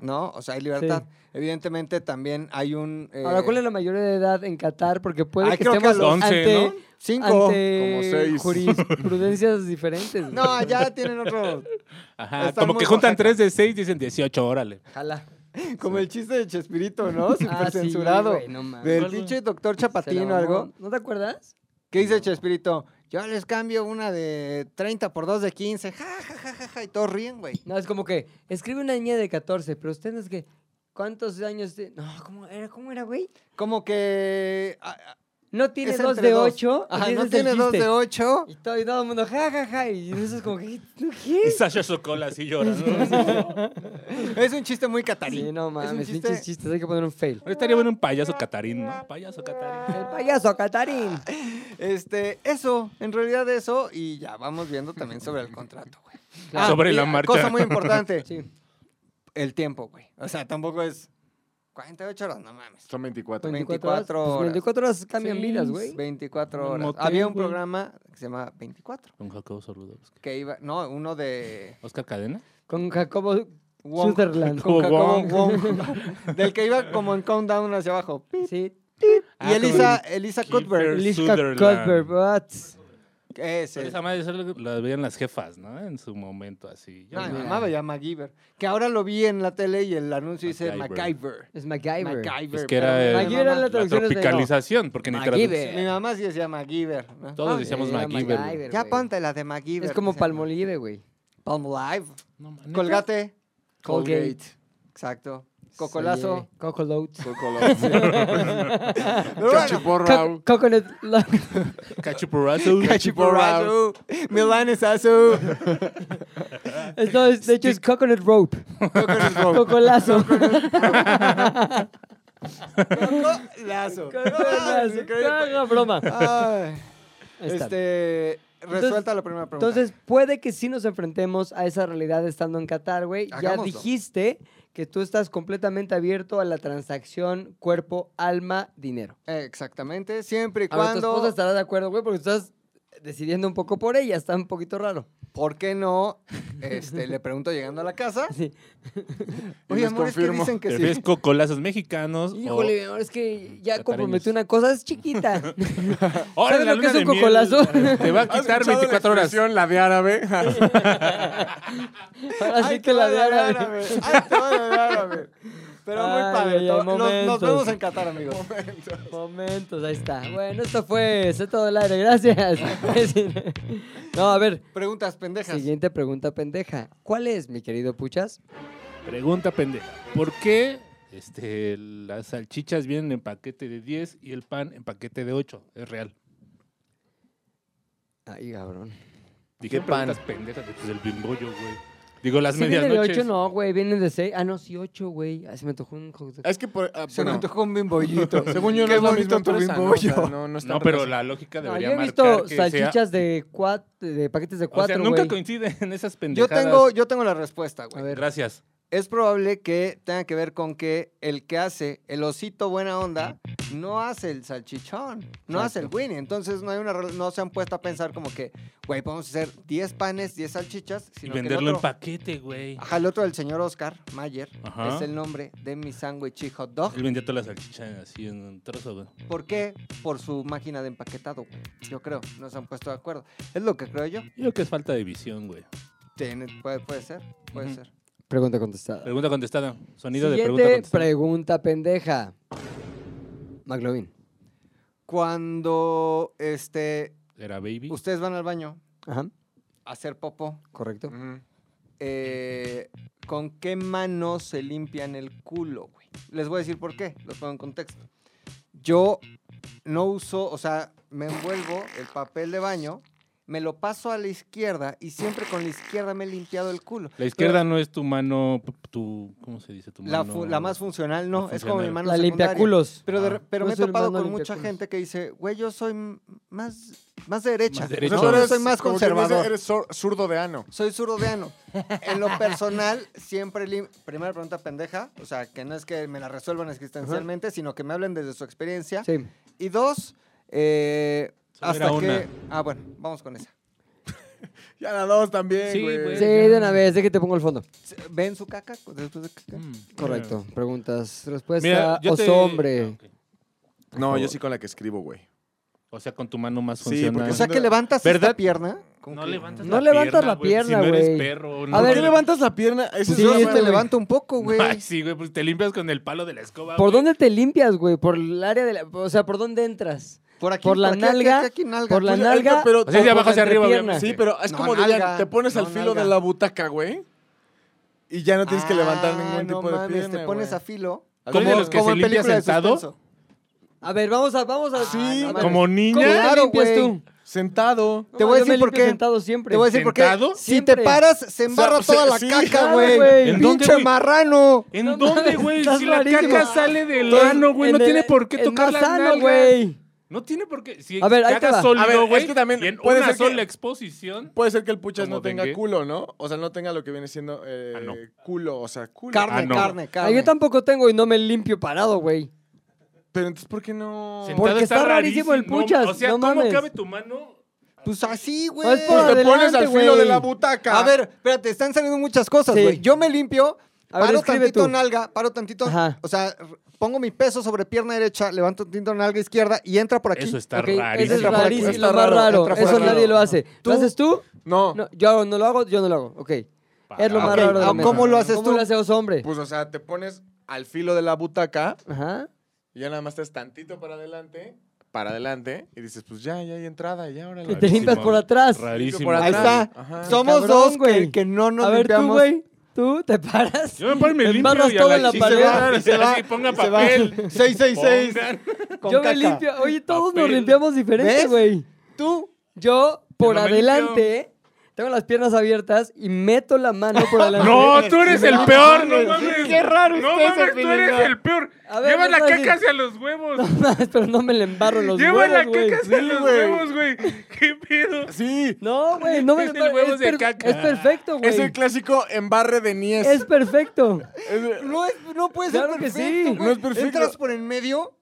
B: ¿no? O sea, hay libertad. Evidentemente también hay un... eh,
A: Ahora, ¿cuál es la mayoría de edad en Qatar? Porque puede
B: Ay,
A: que
B: creo que
A: estemos
B: a los
D: once,
A: ante,
D: ¿no?
B: Cinco.
C: Como
A: ante
C: seis.
A: jurisprudencias diferentes. güey.
B: No, ya tienen otro...
D: Ajá,
B: Está
D: como
B: muy
D: que juntan
B: Oaxaca.
D: 3 de 6 dicen 18, órale.
A: Ojalá.
B: Como el chiste de Chespirito, ¿no? Súper
A: Ah, sí,
B: censurado.
A: güey, no mames.
B: del
D: ¿Cuál, güey?
B: pinche doctor
A: Se la
B: Chapatín o
A: mamó.
B: algo.
A: ¿No te acuerdas?
B: ¿Qué dice Chespirito? Yo les cambio una de 30 por 2 de 15. Ja, ja, ja, ja, ja. Y todos ríen, güey.
A: No, es como que escribe una niña de 14, pero usted no es que. ¿Cuántos años? de- No, ¿cómo era, ¿cómo era, güey?
B: Como que... ah, ah,
A: No tiene
B: es
A: dos
B: entre
A: de ocho.
B: Ajá,
A: ese
B: no
A: es el
B: tiene dos
A: chiste.
B: de 8.
A: Y todo, y todo el mundo, ja, ja, ja. Y eso es como que, ¿tú qué?
D: Y Sasha Sokola así llorando. ¿no?
B: Es un chiste muy catarí.
A: Sí, no mames,
B: chiste-
A: pinches chistes, hay que poner un fail.
D: Ahorita estaría bueno un payaso catarín, ¿no? Payaso catarín.
A: El payaso Catarín.
B: Este, eso, en realidad eso, y ya vamos viendo también sobre el contrato, güey.
D: Claro. Sobre la
B: y, ah,
D: marcha.
B: Cosa muy importante,
A: Sí.
B: el tiempo, güey. O sea, tampoco es 48 horas, no mames.
C: Son 24.
A: 24 horas.
B: 24
A: pues,
B: horas.
A: 24 horas cambian
D: Sí,
A: vidas, güey.
B: 24
D: Un
B: horas.
D: motel,
B: Había un
D: güey.
B: programa que se llamaba 24,
D: Con Jacobo Sorludowski.
B: que iba, no, uno de
D: ¿Oscar Cadena?
A: Con Jacobo
B: Wong,
A: Sutherland.
B: con Jacobo
D: Wong.
B: Wong, del que iba como en countdown hacia abajo.
A: Sí.
D: Ah,
B: y Elisa,
D: con
B: Elisa
D: Kiefer.
B: Cuthbert.
A: Lishka
D: Sutherland.
A: Cuthbert. but-
B: Ese.
D: Esa madre solo la veían las jefas, ¿no? En su momento, así.
B: No, mi
A: Ah.
B: mamá veía MacGyver. Que ahora lo vi en la tele y el anuncio dice
D: MacGyver.
B: MacGyver.
A: Es MacGyver.
B: MacGyver.
D: Es que
B: pero
D: era,
B: mi
D: eh,
A: MacGyver era
B: mamá-
A: la
D: La
A: traducción es de-
D: tropicalización, porque ni traducción.
A: MacGyver. eh,
B: Mi mamá sí decía MacGyver. ¿no?
D: Todos
B: Ah,
D: decíamos
A: Era
D: MacGyver. güey.
A: MacGyver,
B: Ya
A: güey.
B: ponte la de MacGyver.
A: Es como
B: O sea,
A: Palmolive, güey.
B: Palmolive.
D: No, man,
B: Colgate.
A: Colgate.
B: Exacto. Cocolazo.
A: Sí, Cocoloat.
B: Pero bueno,
C: Cachiporrao.
A: Co- Coconut. lo-
D: neta. Cachiporrazo.
B: Cachiporrazo. Milanesazo.
A: Es- no, es- de hecho, es Coconut Rope.
B: Coconut rope.
A: Cocolazo.
B: Cocolazo.
A: Cocolazo.
B: Increíble.
A: No, no, broma.
B: Ay,
A: Ahí está.
B: Ah, Este.
A: Entonces-
B: Resuelta la primera pregunta.
A: Entonces, puede que sí nos enfrentemos a esa realidad estando en Qatar, güey. Ya
B: Hagámoslo.
A: dijiste que tú estás completamente abierto a la transacción cuerpo, alma, dinero.
B: Exactamente. Siempre y
A: Ahora, tu esposa
B: cuando.
A: estará de acuerdo, güey, porque estás decidiendo un poco por ella. Está un poquito raro.
B: ¿Por qué no? Este, le pregunto llegando a la casa.
A: Sí.
C: Y
B: Oye,
C: les
B: amor, es que
C: confirmo.
B: dicen que
D: ¿Prefieres
B: sí.
D: cocolazos mexicanos?
A: Híjole, mi amor, es que ya
D: Catareños.
A: comprometí una cosa, es chiquita.
D: O... Ahora
A: ¿sabes
D: en la
A: lo que es un
D: luna de miel,
A: cocolazo?
D: Te va a
C: ¿Has
D: quitar
C: escuchado
D: 24
C: la
D: horas.
C: expresión, la de árabe.
A: Ahora sí que la de árabe.
B: árabe. Ay, te voy a la de árabe. Pero muy
A: Ay,
B: padre.
A: ay, ay,
B: to- nos- nos,
A: momentos.
B: vemos en Qatar, amigos.
A: Momentos, ahí está. Bueno, esto fue Sé todo el aire, gracias. no, a ver,
B: Preguntas pendejas.
A: siguiente pregunta pendeja. ¿Cuál es, mi querido Puchas?
D: Pregunta pendeja. ¿Por qué este, las salchichas vienen en paquete de 10 y el pan en paquete de 8? Es real.
A: Ay, cabrón.
D: Dije
C: ¿Qué pan?
D: preguntas pendejas después del bimbollo, güey. Digo, las
A: ¿Sí
D: medias
A: viene de
D: noches.
A: 8? No, güey, vienen de 6. Ah, no, sí, 8, güey. Ah, se me antojó un hot dog.
C: Es que por, ah,
B: Se me
C: bueno,
B: antojó un bimbollito.
C: según yo no
B: Qué
C: es la
B: bonito
C: misma
B: tu
C: empresa, ¿no? O sea,
B: bimbollo.
C: no, no están
D: No, pero
C: relacionados.
D: la lógica
A: No, yo
D: debería
A: he
D: marcar
A: visto
D: que sea...
A: salchichas de, cuat- de paquetes de
D: O
A: 4,
D: sea,
A: güey.
D: nunca coinciden esas
B: Yo
D: pendejadas.
B: tengo, yo tengo la respuesta,
A: A
B: güey.
A: ver.
D: Gracias.
B: Es probable que tenga que ver con que el que hace el osito buena onda no hace el salchichón, no hace el Winnie. Entonces no hay una rel- no se han puesto a pensar como que, güey, podemos hacer 10 panes, 10 salchichas,
D: Y
B: sino que el
D: venderlo en
B: otro-
D: paquete, güey.
B: Ajá, el otro del señor Oscar Mayer
D: Ajá.
B: es el nombre de mi sándwich y hot dog.
D: Él vendía toda la salchicha así en un trozo, güey.
B: ¿Por qué? Por su máquina de empaquetado, güey. Yo creo, no se han puesto de acuerdo. Es lo que creo yo.
D: Yo creo que es falta de visión, güey.
B: Tiene- puede, puede ser, puede
D: Ujú.
B: ser.
A: Pregunta contestada.
D: Pregunta contestada.
A: Siguiente
D: Sonido de pregunta contestada.
A: pregunta pendeja. McLovin.
B: Cuando este,
D: Era baby.
B: ustedes van al baño
A: Ajá,
B: a hacer popo,
A: correcto.
C: Ujú.
B: eh, ¿con qué manos se limpian el culo, güey? Les voy a decir por qué, los pongo en contexto. Yo no uso, o sea, me envuelvo el papel de baño, me lo paso a la izquierda y siempre con la izquierda me he limpiado el culo.
D: La izquierda no es tu mano, tu, ¿cómo se dice? Tu
B: La,
D: mano-
B: fu- la más funcional, no,
D: la
B: es como mi
D: funcional.
A: La
B: mano secundaria.
A: limpiaculos.
B: Pero, de re-
D: Ah.
B: pero me he
A: Yo soy el
B: topado
A: mando
B: con mucha
A: limpiaculos.
B: gente que dice, güey, yo soy m- más, más derecha.
D: Más
B: ¿no?
D: derecha.
C: O sea, tú
B: Yo
C: eres-
B: soy más
C: como quien dice,
B: conservador.
C: Eres zor- zurdo de ano.
B: Soy zurdodeano. en lo personal, siempre... lim- Primera pregunta pendeja, o sea, que no es que me la resuelvan existencialmente, sino que me hablen desde su experiencia.
A: Sí.
B: Y dos, eh,
D: Solo
B: hasta
D: era
B: que...
D: una.
B: Ah, bueno, vamos con esa.
C: Ya la dos también,
D: Sí,
C: güey.
D: güey.
A: Sí, de una vez, de que te pongo el fondo.
B: ¿Ven su caca después de caca?
D: Mm,
A: Correcto. Preguntas,
D: mira.
A: respuesta
D: yo
A: o
D: te-
A: hombre.
D: Ah, ok.
C: No, yo sí con la que escribo, güey.
D: O sea, con tu mano más
C: Sí,
D: funcional.
C: porque-
B: O sea, que levantas esta
D: ¿Verdad?
B: pierna. como
D: no
B: que-
D: levantas
A: No
D: la
A: levantas la
D: güey,
A: pierna,
D: Si no
A: güey.
D: eres perro. No
A: A ver,
C: ¿Por qué levantas la pierna? Ese
B: Pues
C: es
A: Sí,
B: yo
C: otro
B: sí
A: bueno,
B: te
C: pedo, güey.
B: levanto un poco, güey.
D: Ay, sí, güey, pues te limpias con el palo de la escoba.
A: ¿Por
D: güey.
A: dónde te limpias, güey? ¿Por el área de la... O sea, ¿por dónde entras?
B: Por aquí,
A: por la
B: aquí, aquí,
A: nalga,
B: aquí, aquí, nalga.
A: por la
C: Pues,
A: nalga,
C: ahorita, pero-
D: O sea, es de abajo hacia arriba,
A: entrepierna.
D: obviamente.
C: Sí, pero es
B: No,
C: como dirían,
B: nalga.
C: te pones al
B: No,
C: filo
B: nalga.
C: de la butaca, güey. Y ya no tienes que levantar
B: Ah,
C: ningún
B: no
C: tipo de
B: mames,
C: pierna,
B: Te pones
C: güey.
B: a filo.
D: ¿Tú eres de los que se limpia
B: película de
D: sentado?
B: suspenso.
A: A ver, vamos a... Vamos a
B: Sí,
A: no mames.
D: Como
A: ¿Cómo
D: niña.
A: te
B: Claro,
A: limpias
B: güey.
A: tú?
C: Sentado.
A: No,
B: Te voy a
A: yo me
B: decir por
A: limpio
B: qué.
A: sentado siempre.
B: Te voy a decir por qué.
D: ¿Sentado?
B: Si te
A: Siempre.
B: paras, se embarra
C: O sea,
B: toda la
C: sí,
B: caca,
C: claro,
A: güey.
B: güey.
D: ¿En dónde,
B: Pinche
D: güey?
B: marrano.
D: ¿En
A: No
D: dónde,
A: mames,
D: güey?
A: estás
D: Si la
A: rarísimo.
D: caca sale del
A: Entonces,
D: ano, güey. No
A: en
D: tiene
A: el-
D: por qué
A: el más
D: tocar la
A: sano,
D: nalga.
A: güey.
D: No tiene por qué. Si
A: A ver, ahí te
D: cagas
A: va.
D: sólido,
C: A ver, es
D: güey,
C: que también
D: y en
C: puede
D: una
C: ser que-
D: sola exposición.
C: Puede ser que el puchas
D: Como
C: no tenga
D: dengue.
C: culo, ¿no? O sea, no tenga lo que viene siendo eh,
D: Ah, no.
C: culo, o sea, culo.
B: Carne,
D: Ah, no.
B: carne,
A: Ah,
B: carne.
A: yo tampoco tengo y no me limpio parado, güey.
C: Pero entonces, ¿por qué no? Pues
D: sentado
A: Porque está rarísimo el puchas,
D: O sea,
A: no
D: ¿cómo
A: mames.
D: cabe tu mano?
B: Pues así, güey.
A: No, es por
C: Pues te
A: Adelante,
C: pones al filo
A: güey.
C: de la butaca.
B: A ver, espérate, están saliendo muchas cosas,
A: Sí.
B: güey. Yo me limpio,
A: A ver,
B: paro
A: escribe
B: tantito
A: tú.
B: nalga, paro tantito.
A: Ajá.
B: O sea, r- pongo mi peso sobre pierna derecha, levanto tantito nalga izquierda y entra por aquí.
D: Eso está
A: Ok,
D: rarísimo.
A: Eso es
B: Entra por aquí.
A: rarísimo,
B: Está
A: lo más
B: raro,
A: raro.
B: entra por
A: Eso
B: aquí.
A: nadie lo hace.
B: ¿Tú?
A: ¿Lo haces tú?
C: No.
A: No, yo no lo hago, yo no lo hago. Ok. Es lo más
B: Ok,
A: raro de
B: ah,
A: la mesa.
B: ¿cómo lo haces
A: ¿Cómo
B: tú?
A: lo hace oso hombre?
C: Pues, o sea, te pones al filo de la butaca
A: Ajá.
C: y ya nada más estás tantito para adelante, para adelante, y dices, pues ya, ya hay entrada, ya, ahora
A: Y te limpias por atrás.
D: Rarísimo.
C: Por
B: Ahí
C: atrás.
B: está.
C: Ajá.
B: Somos
A: Cabrón,
B: dos, güey,
A: güey.
B: que, no nos
A: a ver, tú,
B: limpiamos.
A: güey. Tú te paras.
D: Yo me paro y me
A: embarras
D: limpio y a
A: todo
D: la,
A: en la
D: chingada,
A: pared.
D: y se va, y ponga
B: se va.
D: papel.
B: 666.
D: Pongan.
B: con
A: yo
B: caca.
A: me limpio. Oye, todos nos
D: Papel.
A: limpiamos diferente,
B: ¿Ves?
A: güey.
B: Tú,
A: Yo, por
D: no me
A: adelante, tengo las piernas abiertas y meto la mano por adelante.
D: No, tú eres el peor, no mames.
B: Qué raro
D: No
B: usted,
D: mames, tú eres
B: Pilinga.
D: el peor.
A: A ver,
D: Lleva
A: no
D: la
A: estás
D: caca
A: bien.
D: hacia los huevos.
A: pero no me le embarro los
D: Lleva
A: huevos,
D: la
A: güey.
D: caca hacia los
C: güey.
D: huevos, güey. ¿Qué pedo?
C: Sí,
A: No, güey, no me
D: Es
A: le
D: el
A: embarro.
D: huevo
A: es,
D: de
A: per-
D: caca.
A: es perfecto, güey.
C: es el clásico embarre de niés.
A: Es perfecto.
C: Es-
B: no, es, no puede ser
A: Claro que
B: perfecto,
A: sí.
B: güey.
C: No es perfecto.
B: Entras por en medio.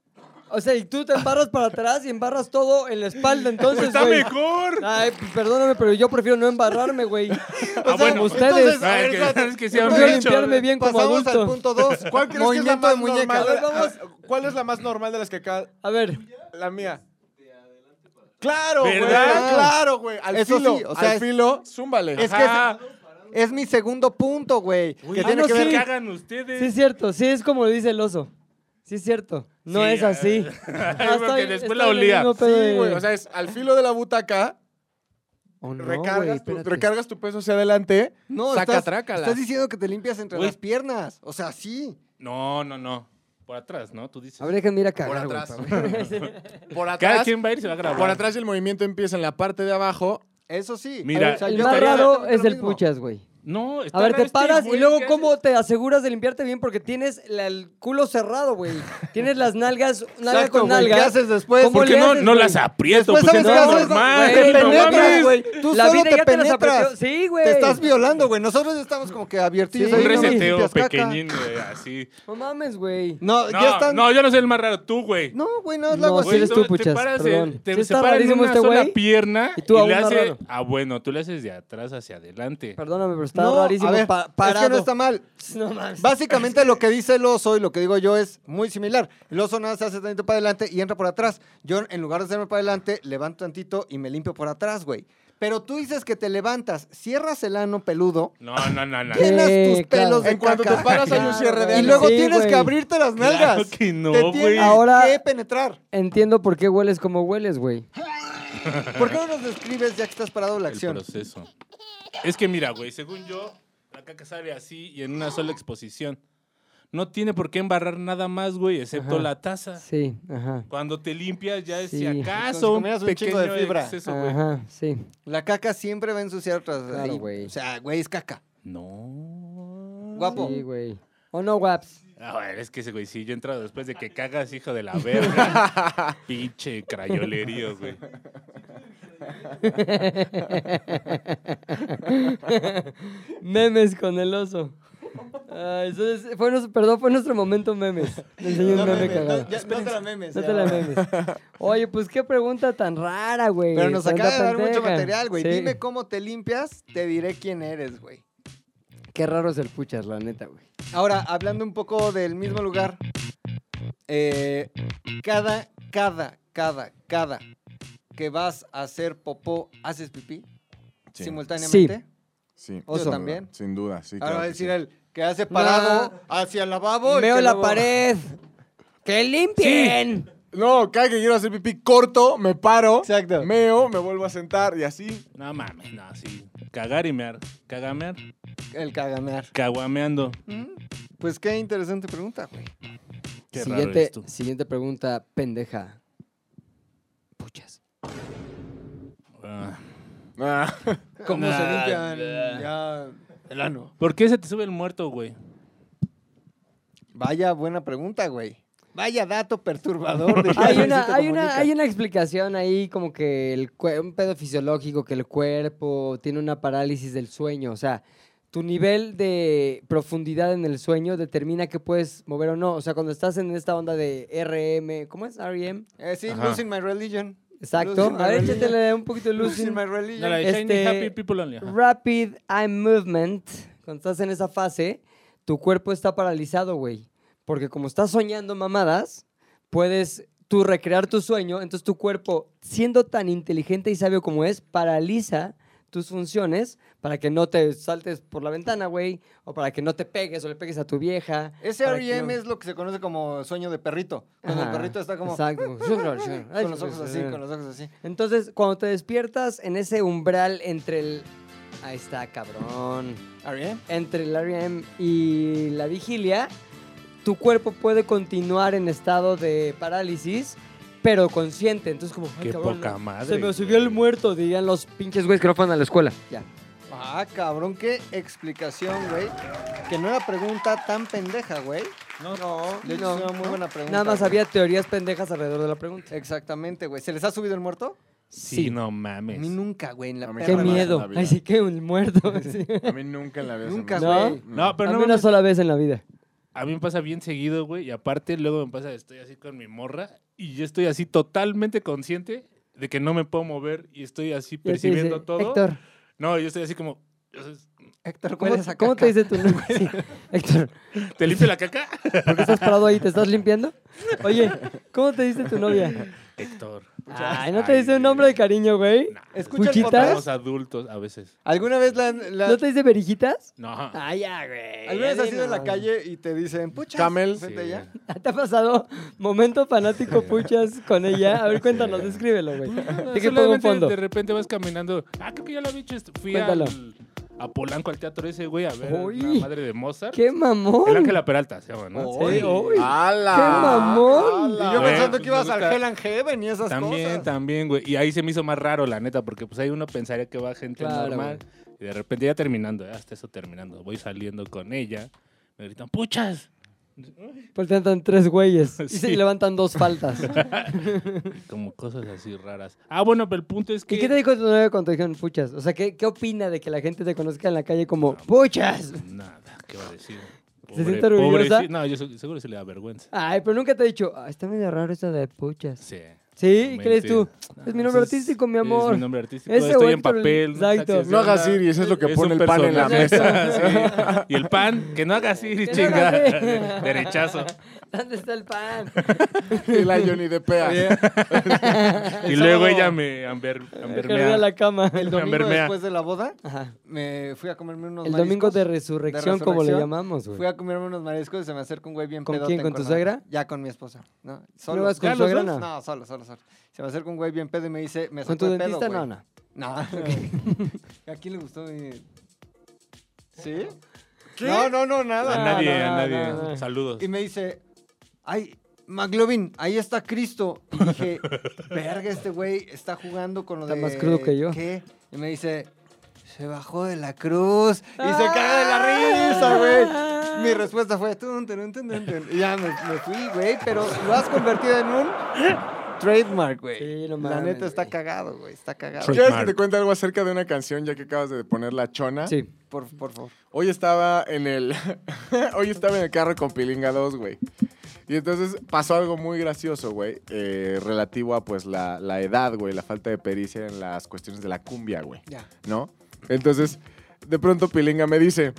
A: O sea, y tú te embarras para atrás y embarras todo en la espalda, entonces,
D: Está
A: güey.
D: mejor.
A: Ay, pues, perdóname, pero yo prefiero no embarrarme, güey.
B: O sea,
A: bueno, ustedes-
B: entonces, a
D: Ah,
B: ver,
D: que-
B: espérate.
D: es que sí habrá
A: Prefiero
D: hecho.
A: limpiarme bien como
B: Pasamos
A: adulto.
B: al punto 2.
C: ¿Cuál crees
B: Movimiento
C: que
B: de
C: es la más
B: muñeca.
C: normal?
A: A ver,
C: Ah, ¿Cuál es la más normal de las que acá?
A: A ver,
C: La mía.
B: Este,
C: Claro, güey.
D: ¿Verdad?
C: Claro, güey. Al
B: Eso
C: filo.
B: sí, o sea,
C: al
B: es-
C: filo, zúmbale.
B: Es que
D: Ajá.
B: es, es mi segundo punto, güey. Que
D: Ah,
B: tiene
A: no,
B: que ver
A: sí.
D: que hagan ustedes.
A: sí es cierto, sí es como lo dice el oso. Sí es cierto, no
D: Sí,
A: es así.
D: ah,
A: Ah,
D: porque
A: estoy-
D: después
A: estoy
D: la
A: en el
D: olía.
A: mismo pedo
C: Sí,
A: de-
C: güey. O sea, es al filo de la butaca,
A: Oh, no, güey,
C: recargas, tu,
A: espérate.
C: recargas tu peso hacia adelante,
B: No,
C: saca,
B: estás,
C: trácala.
B: estás diciendo que te limpias entre
D: Güey.
B: las piernas. O sea, sí.
D: No, no, no. Por atrás, ¿no? Tú dices.
A: A ver, déjame ir a
C: por
A: cagar, güey,
C: atrás.
A: para ver.
C: por
D: Cada
C: atrás.
D: quien va a ir y se va a grabar.
C: Por atrás el movimiento empieza en la parte de abajo.
B: Eso sí.
D: Mira,
B: O sea,
A: el
B: yo
A: más
B: estaría-
A: raro
B: estaría
A: es el
B: mismo.
A: puchas, güey.
D: No, está
A: A ver,
D: raro
A: te
D: este
A: paras y
D: güey,
A: luego
D: ¿qué
A: cómo
D: haces?
A: te aseguras de limpiarte bien porque tienes la- el culo cerrado, güey. Tienes las nalgas, nalga
B: Exacto,
A: con
B: güey.
A: nalga.
B: ¿Qué haces después?
A: ¿Cómo
D: ¿Por
A: le
D: qué no,
A: haces,
D: no
A: güey?
D: las aprieto?
B: Después, ¿sabes
D: Pues es
A: no,
B: qué haces?
D: normal.
B: Te
A: güey,
D: no
A: penetras,
B: penetras,
D: mames.
B: güey. Tú
A: La
B: solo
A: vida
B: te
A: ya te las
B: penetras.
A: aprendió. Sí,
B: Te
A: güey.
B: estás violando, güey. Nosotros estamos como que
A: Sí,
B: advertidos.
A: ahí
D: Un
A: no me
D: reseteo
B: limpias caca.
D: pequeñín, güey, así.
A: No mames, güey.
B: No,
D: No,
B: ya están.
D: no, yo no soy el más raro, tú, güey.
B: No, güey, no es
A: No,
B: la agua
A: sí
D: Güey,
B: así.
A: eres tú,
D: te
A: puchas,
D: paras
A: perdón.
D: en- Te
A: Sí está
D: separan en
A: rarísimo
D: una
A: este
D: sola
A: güey,
D: pierna
A: y tú
D: y
A: aún
D: le
A: más
D: hace...
A: raro.
D: Ah, bueno, tú le haces de atrás hacia adelante.
A: Perdóname, pero está
B: No,
A: rarísimo.
B: a ver,
A: pa-
B: es que
A: parado.
B: no está mal.
A: No mames.
B: Básicamente lo que dice el oso y lo que digo yo es muy similar. El oso nada más se hace tantito para adelante y entra por atrás. Yo, en lugar de hacerme para adelante, levanto tantito y me limpio por atrás, güey. Pero tú dices que te levantas, cierras el ano peludo,
D: No, no, no, no.
A: ¿Qué?
B: llenas tus
A: claro.
B: pelos de
C: En cuanto
B: caca,
C: te paras hay un
A: Claro,
C: cierre de
A: güey.
B: y
C: ano.
B: luego
A: Sí,
B: tienes
A: güey.
B: que abrirte las
D: Claro
B: nalgas.
D: que no,
B: Te tienes
D: güey.
A: Ahora-
B: que penetrar.
A: Entiendo por qué hueles como hueles, güey.
B: ¿Por qué no nos describes ya que estás parado la
D: El
B: acción?
D: proceso. Es que mira, güey, según yo, la caca sale así y en una sola exposición. No tiene por qué embarrar nada más, güey, excepto
A: Ajá.
D: la taza.
A: Sí, ajá.
D: Cuando te limpias ya es
A: Sí.
D: si acaso
B: Como si
D: un
B: comieras
D: pequeño
B: un chingo de fibra.
D: exceso, güey.
A: Ajá, sí.
B: La caca siempre va a ensuciar otras.
A: Claro,
B: ahí.
A: güey.
B: O sea, güey, es caca.
D: No.
B: Guapo.
A: Sí, güey. ¿O no, Waps?
D: A ver, es que ese güey, sí, yo he entrado después de que cagas, hijo de la verga. Pinche crayolerío, güey.
A: memes con el oso. Ay, entonces, fue nuestro, perdón, fue nuestro momento memes. Le enseñé un
B: No
A: meme
B: memes,
A: cagado.
B: no, ya- no te la memes.
A: No
B: ya.
A: te la memes. Oye, pues qué pregunta tan rara, güey.
B: Pero
C: pues,
B: nos
A: Pregunta
B: acaba de dar mucho
A: pendeja.
B: material, güey.
A: Sí.
B: Dime cómo te limpias, te diré quién eres, güey.
A: Qué raro es el puchas, la neta, güey.
B: Ahora, hablando un poco del mismo lugar, eh, cada, cada, cada, cada que vas a hacer popó, ¿haces pipí
C: Sí.
B: simultáneamente?
C: Sí.
B: Oso.
C: Sin duda,
B: también.
C: Sin duda, sí.
B: Ahora
C: claro
B: va a
C: que
B: decir
C: sí.
B: él, que hace parado hacia el lavabo. y
A: Veo
B: que
A: la
B: luego-
A: pared. ¡Que limpien!
C: No, cada que quiero hacer pipí corto, me paro,
B: Exacto.
C: meo, me vuelvo a sentar y así.
D: No mames, no, sí. Cagar y mear. Cagamear.
B: El cagamear.
D: Caguameando.
B: Mm, Pues qué interesante pregunta, güey.
D: Qué raro
A: siguiente,
D: eres tú.
A: siguiente pregunta, pendeja. Puchas.
D: Ah.
C: Ah,
B: ¿Cómo se
D: Nah,
B: limpian
D: nah.
B: ya el ano?
D: ¿Por qué se te sube el muerto, güey?
B: Vaya buena pregunta, güey. Vaya dato perturbador. de
A: Hay
B: cómo
A: una,
B: se
A: hay, una,
B: comunica.
A: hay una explicación ahí como que el, cue- un pedo fisiológico, que el cuerpo tiene una parálisis del sueño. O sea, tu nivel de profundidad en el sueño determina que puedes mover o no. O sea, cuando estás en esta onda de RM, ¿cómo es? E REM.
B: Eh, sí,
C: Ajá.
B: Losing My Religion.
A: Exacto.
B: Losing My
A: A ver,
B: Religion.
A: échatele un poquito de luz.
B: Losing My Religion.
D: No, la de Shiny
A: Este-
D: Happy People Only. ajá.
A: Rapid Eye Movement. Cuando estás en esa fase, tu cuerpo está paralizado, güey. Porque como estás soñando mamadas, puedes tú recrear tu sueño. Entonces tu cuerpo, siendo tan inteligente y sabio como es, paraliza tus funciones para que no te saltes por la ventana, güey. O para que no te pegues o le pegues a tu vieja.
B: Ese
A: para que
B: R.E.M.
A: no-
B: es lo que se conoce como sueño de perrito. Cuando el
A: Ajá,
B: perrito está como
A: Exacto.
B: con los ojos así, con los ojos así.
A: Entonces, cuando te despiertas en ese umbral entre el... Ahí está, cabrón.
B: ¿R.E.M.?
A: entre el REM y la vigilia, tu cuerpo puede continuar en estado de parálisis, pero consciente. Entonces, como, "Ay,
D: Qué
A: cabrón,
D: poca
A: no,
D: madre,
A: Se me
D: güey.
A: subió el muerto, dirían los pinches güeyes que no fueron a la escuela. Ya.
B: Ah, cabrón, qué explicación, güey. Que no era pregunta tan pendeja, güey.
D: No.
B: De hecho,
A: No,
B: es una muy
A: no.
B: buena pregunta.
A: Nada más
B: güey.
A: había teorías pendejas alrededor de la pregunta.
B: Exactamente, güey. ¿Se les ha subido el muerto?
D: Sí, no mames.
B: A mí nunca, güey, en la
C: A mí
B: perra
A: Qué
C: jamás en la
B: vida.
A: miedo.
C: vida.
A: Ay, sí, que un muerto. sí.
C: A mí nunca en la vida. se me
B: Nunca,
C: hizo.
A: ¿No?
B: güey.
D: No, pero
A: a
D: no
A: mí una
D: mames.
A: sola vez en la vida.
D: A mí me pasa bien seguido, güey. Y aparte, luego me pasa, estoy así con mi morra y yo estoy así totalmente consciente de que no me puedo mover y estoy
A: Y
D: así
A: él te
D: percibiendo
A: dice,
D: todo.
A: Héctor,
D: No, yo estoy así como. yo soy-
B: Héctor,
A: ¿cómo,
B: hueles a
A: cómo
B: caca.
A: te dice tu nombre? Sí. Héctor,
D: ¿Te limpio la caca?
A: ¿por qué estás parado ahí? ¿Te estás limpiando? Oye, ¿cómo te dice tu novia?
D: Héctor.
A: Ay, ¿no te
D: Ay,
A: dice un nombre de cariño, güey?
D: Nah,
B: Escucha
A: el podcast.
D: Somos adultos a veces.
B: ¿Alguna vez la, la-
A: ¿No te dice verijitas?
D: No.
A: Ah, ya, güey.
B: alguna vez
A: ya
B: has ido en la
A: dinos.
B: calle y te dicen, pucha,
C: Camel.
B: vente
D: Sí.
B: ya?
A: ¿Te ha pasado momento fanático puchas con ella? A ver, cuéntanos, descríbelo, güey.
B: Pues,
A: Te que pongo un
D: Ah, Solamente
A: fondo.
D: De repente vas caminando. Ah, creo que ya lo había hecho. esto. Fui
A: Cuéntalo.
D: al- a Polanco, al teatro ese, güey, a ver
A: Uy.
D: la madre de Mozart.
A: ¡Qué
D: El
A: mamón!
D: Ángela Peralta se llama, ¿no?
A: Sí,
B: Oy.
A: uy.
C: ¡Hala!
A: ¡Qué mamón!
B: Y
C: ¡Hala!
B: yo
D: Güey,
B: pensando
D: pues
B: que
D: me
B: ibas al
D: gusta-
B: Hell and Heaven y esas
D: También,
B: cosas.
D: también, güey. Y ahí se me hizo más raro, la neta, porque pues ahí uno pensaría que va gente
A: Claro,
D: normal. Y de repente ya terminando, eh, hasta eso terminando. Voy saliendo con ella. Me gritan, ¡puchas!
A: Voltean tan pues tres güeyes. Y se
D: Sí.
A: levantan dos faltas.
D: Como cosas así raras. Ah, bueno, pero el punto es que.
A: ¿Y qué te dijo tu novia cuando te dijeron puchas? O sea, ¿qué, ¿qué opina de que la gente te conozca en la calle como puchas?
D: Nada, ¿qué va a decir?
A: ¿Se siente orgullosa?
D: sí. No, yo se- seguro se le da vergüenza.
A: Ay, pero nunca te he dicho, "Ah, está medio raro esto de puchas.
D: Sí.
A: ¿Sí? ¿Y qué
D: crees
A: crees tú? Es mi nombre artístico, mi amor.
D: Es mi nombre artístico.
A: Ese
D: Estoy
A: güey
D: en
A: que te lo-
D: papel.
A: Exacto.
D: saques de
C: No hagas
D: onda.
C: iris, es lo que
D: un
C: pone el pan en la
D: personaje.
C: mesa.
D: Sí. Y el pan, que no hagas iris,
A: Que no hagas
D: chinga.
A: iris.
D: Derechazo.
A: ¿Dónde está el pan?
C: Y la Johnny de Pea.
D: Y
B: El
D: luego
B: sábado-
D: ella me amber,
A: Corrí a
D: ambermea.
A: la cama.
B: El domingo
D: Bermea.
B: después de la boda,
A: Ajá.
B: me fui a comerme unos
A: El domingo
B: mariscos.
A: de resurrección, como le
B: resurrección.
A: llamamos,
B: Fui
A: güey.
B: a comerme unos mariscos y se me acerca un güey bien
A: ¿Con
B: pedote.
A: quién?
B: en
A: ¿Con tu
B: Cuernavaca.
A: suegra?
B: Ya con mi esposa. ¿no?
A: ¿No
B: Solo.
A: vas con
B: ¿Ya
A: tu
B: los
A: suegra,
B: dos?
A: no?
B: No, solo, solo, solo. Se me acerca un güey bien pedo y me dice, me
A: ¿Con
B: sacó
A: tu
B: de pedo,
A: dentista?
B: güey.
A: no, no.
B: No, ¿A quién le gustó mi...? ¿Sí? No, no, no,
D: A
B: nada.
A: No,
D: nadie,
A: no,
D: a
A: no,
D: nadie.
A: no, no.
D: Saludos.
B: Y me dice, ay, McLovin, ahí está Cristo. Y dije, verga, este güey está jugando con lo
A: Está
B: de...
A: más crudo que yo.
B: ¿Qué? Y me dice, se bajó de la cruz. Y se
A: Ah.
B: caga de la risa, güey. Mi respuesta fue, tun, tun, tun, tun, tun. Y ya me, me fui, güey, pero lo has convertido en un trademark, güey.
A: Sí, no
B: la
A: mames,
B: neta está
A: güey.
B: cagado, güey, está cagado.
D: Tra-
C: ¿Quieres que
D: Mark.
C: te cuente algo acerca de una canción ya que acabas de poner la chona?
A: Sí.
B: Por, por favor.
C: Hoy estaba en el. Hoy estaba en el carro con Pilinga 2, güey. Y entonces pasó algo muy gracioso, güey. eh, relativo a pues la, la edad, güey. La falta de pericia en las cuestiones de la cumbia, güey.
B: Ya.
C: ¿No? Entonces, de pronto Pilinga me dice.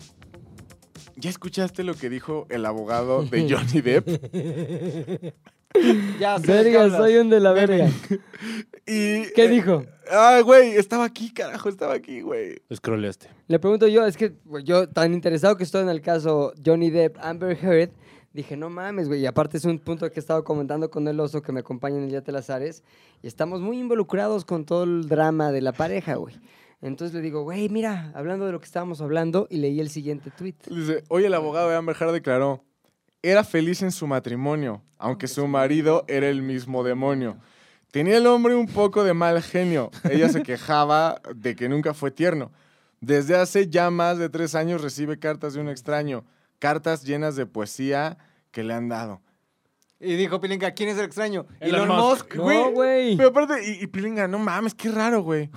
C: ¿Ya escuchaste lo que dijo el abogado de Johnny Depp?
B: Ya, sé de qué
A: Verga,
B: hablas.
A: soy un de la Ah, verga.
C: Y,
A: ¿Qué
C: eh,
A: dijo?
C: Ah, güey, estaba aquí, carajo, estaba aquí, güey.
D: Scrolleaste.
A: Le pregunto yo, es que güey, yo tan interesado que estoy en el caso Johnny Depp, Amber Heard, dije, no mames, güey. Y aparte es un punto que he estado comentando con el oso que me acompaña en el Yate Lazares. Y estamos muy involucrados con todo el drama de la pareja, güey. Entonces le digo, güey, mira, hablando de lo que estábamos hablando, y leí el siguiente tweet.
C: Dice, hoy el abogado de Amber Heard declaró, era feliz en su matrimonio, aunque su marido era el mismo demonio. Tenía el hombre un poco de mal genio. Ella se quejaba de que nunca fue tierno. Desde hace ya más de tres años recibe cartas de un extraño, cartas llenas de poesía que le han dado.
B: Y dijo Pilinga, ¿quién es el extraño?
D: Elon
B: Elon, Musk.
D: Musk.
A: No, güey.
C: Pero aparte, y, y Pilinga, no mames, qué raro, güey.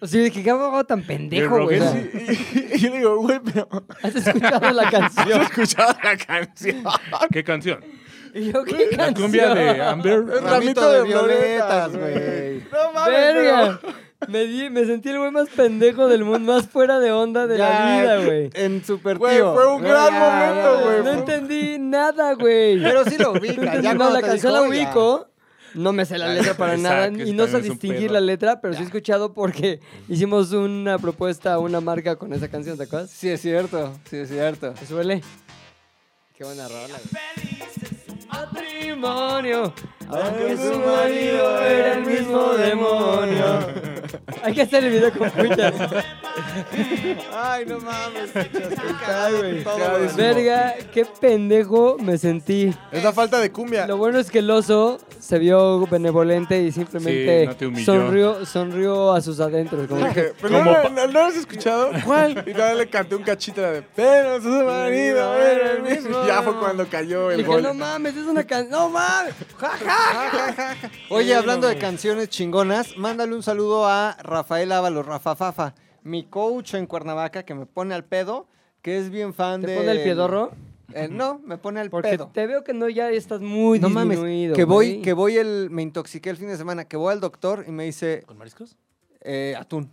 A: O sea, de que qué abogado tan pendejo, güey.
D: Rogué,
A: Pues, O sea,
C: Sí, y, y yo le digo, güey, pero
A: ¿Has escuchado la
C: yo he
A: canción?
C: escuchado la canción.
A: Ah.
D: ¿Qué canción?
A: Y yo, ¿qué canción?
D: La cumbia de Amber.
C: Ramito de violetas,
B: güey.
C: No mames,
A: Verga. Me, di- me sentí el güey más pendejo del mundo, más fuera de onda de la
B: Ya,
A: vida, güey.
B: En Super
C: Güey,
B: Tío.
C: fue un
B: No,
C: gran
B: ya,
C: momento,
B: ya,
C: güey.
B: ya.
A: No entendí nada, güey.
B: Pero sí lo
A: No
B: ubica.
A: entendí
B: Ya
A: nada,
B: no
A: la canción la ubico. No me sé la
D: Ah,
A: letra para
D: exacto,
A: nada
D: que
A: y no sé
D: también es un
A: distinguir
D: pedo.
A: la letra, pero sí he escuchado porque hicimos una propuesta a una marca con esa canción, ¿te acuerdas?
B: Sí, es cierto. Sí, es cierto.
A: ¿Te suele? Qué buena rola. Matrimonio, aunque su marido era el mismo demonio. Hay que hacer el video con puchas.
B: Ay, no mames.
A: Ay, güey.
C: Cada vez-
A: Verga, qué pendejo me sentí.
C: Es la falta de cumbia.
A: Lo bueno es que el oso se vio benevolente y
D: Sí,
A: simplemente
D: no te humilló.
A: sonrió, sonrió a sus adentros. Como que,
C: Dije, pero
D: Como
C: no,
D: pa-
C: no, no lo has escuchado? ¿Cuál? Y todavía le canté un cachito de Pero su marido era el mismo. Y Ya fue cuando cayó el
A: dije,
C: gol.
A: no mames, es una canción. No mames. Ja, ja.
B: Oye, hablando de canciones chingonas, mándale un saludo a Rafael Ábalos, Rafa Fafa, mi coach en Cuernavaca que me pone al pedo, que es bien fan
A: ¿Te
B: de.
A: pone el piedorro?
B: Eh, no, me pone al
A: Porque
B: pedo.
A: te veo que no ya estás muy
B: No mames,
A: disminuido.
B: que voy,
A: güey.
B: que voy el, me intoxiqué el fin de semana, que voy al doctor y me dice,
D: ¿Con mariscos?
B: eh, atún.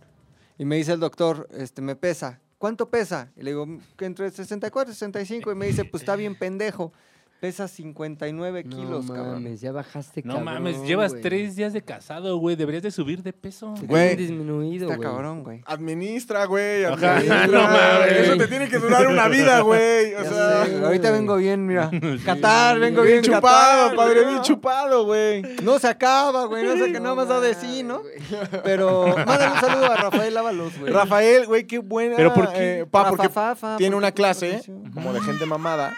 B: Y me dice el doctor, este, me pesa. ¿Cuánto pesa? Y le digo, que entre 64 y 65. Y me dice, pues está bien pendejo. Pesa 59
A: No
B: kilos,
A: mames,
B: cabrón.
A: ya bajaste,
D: No
A: cabrón,
D: mames, llevas
A: güey.
D: tres días de casado, güey. Deberías de subir de peso.
A: Te
C: Güey.
A: tienes disminuido,
B: Está
A: güey.
B: cabrón, güey.
C: Administra, güey.
D: Ajá.
C: Administra.
D: No mames.
C: Eso te tiene que durar una vida, güey. O
B: Ya
C: sea,
B: sé, güey. Ah, ahorita vengo bien, mira. Qatar, vengo
C: bien
B: bien
C: chupado,
B: Qatar,
C: padre,
B: güey.
C: bien chupado, güey.
B: No se acaba, güey. No sé qué nada más da de sí, ¿no? Pero mándale un saludo a Rafael Ábalos, güey.
C: Rafael, güey, qué buena.
D: ¿Pero por qué?
C: eh, pa,
B: Rafa
C: porque
B: Fafa,
C: tiene
B: ¿por
C: una
B: qué?
C: clase
B: Ujú.
C: como de gente mamada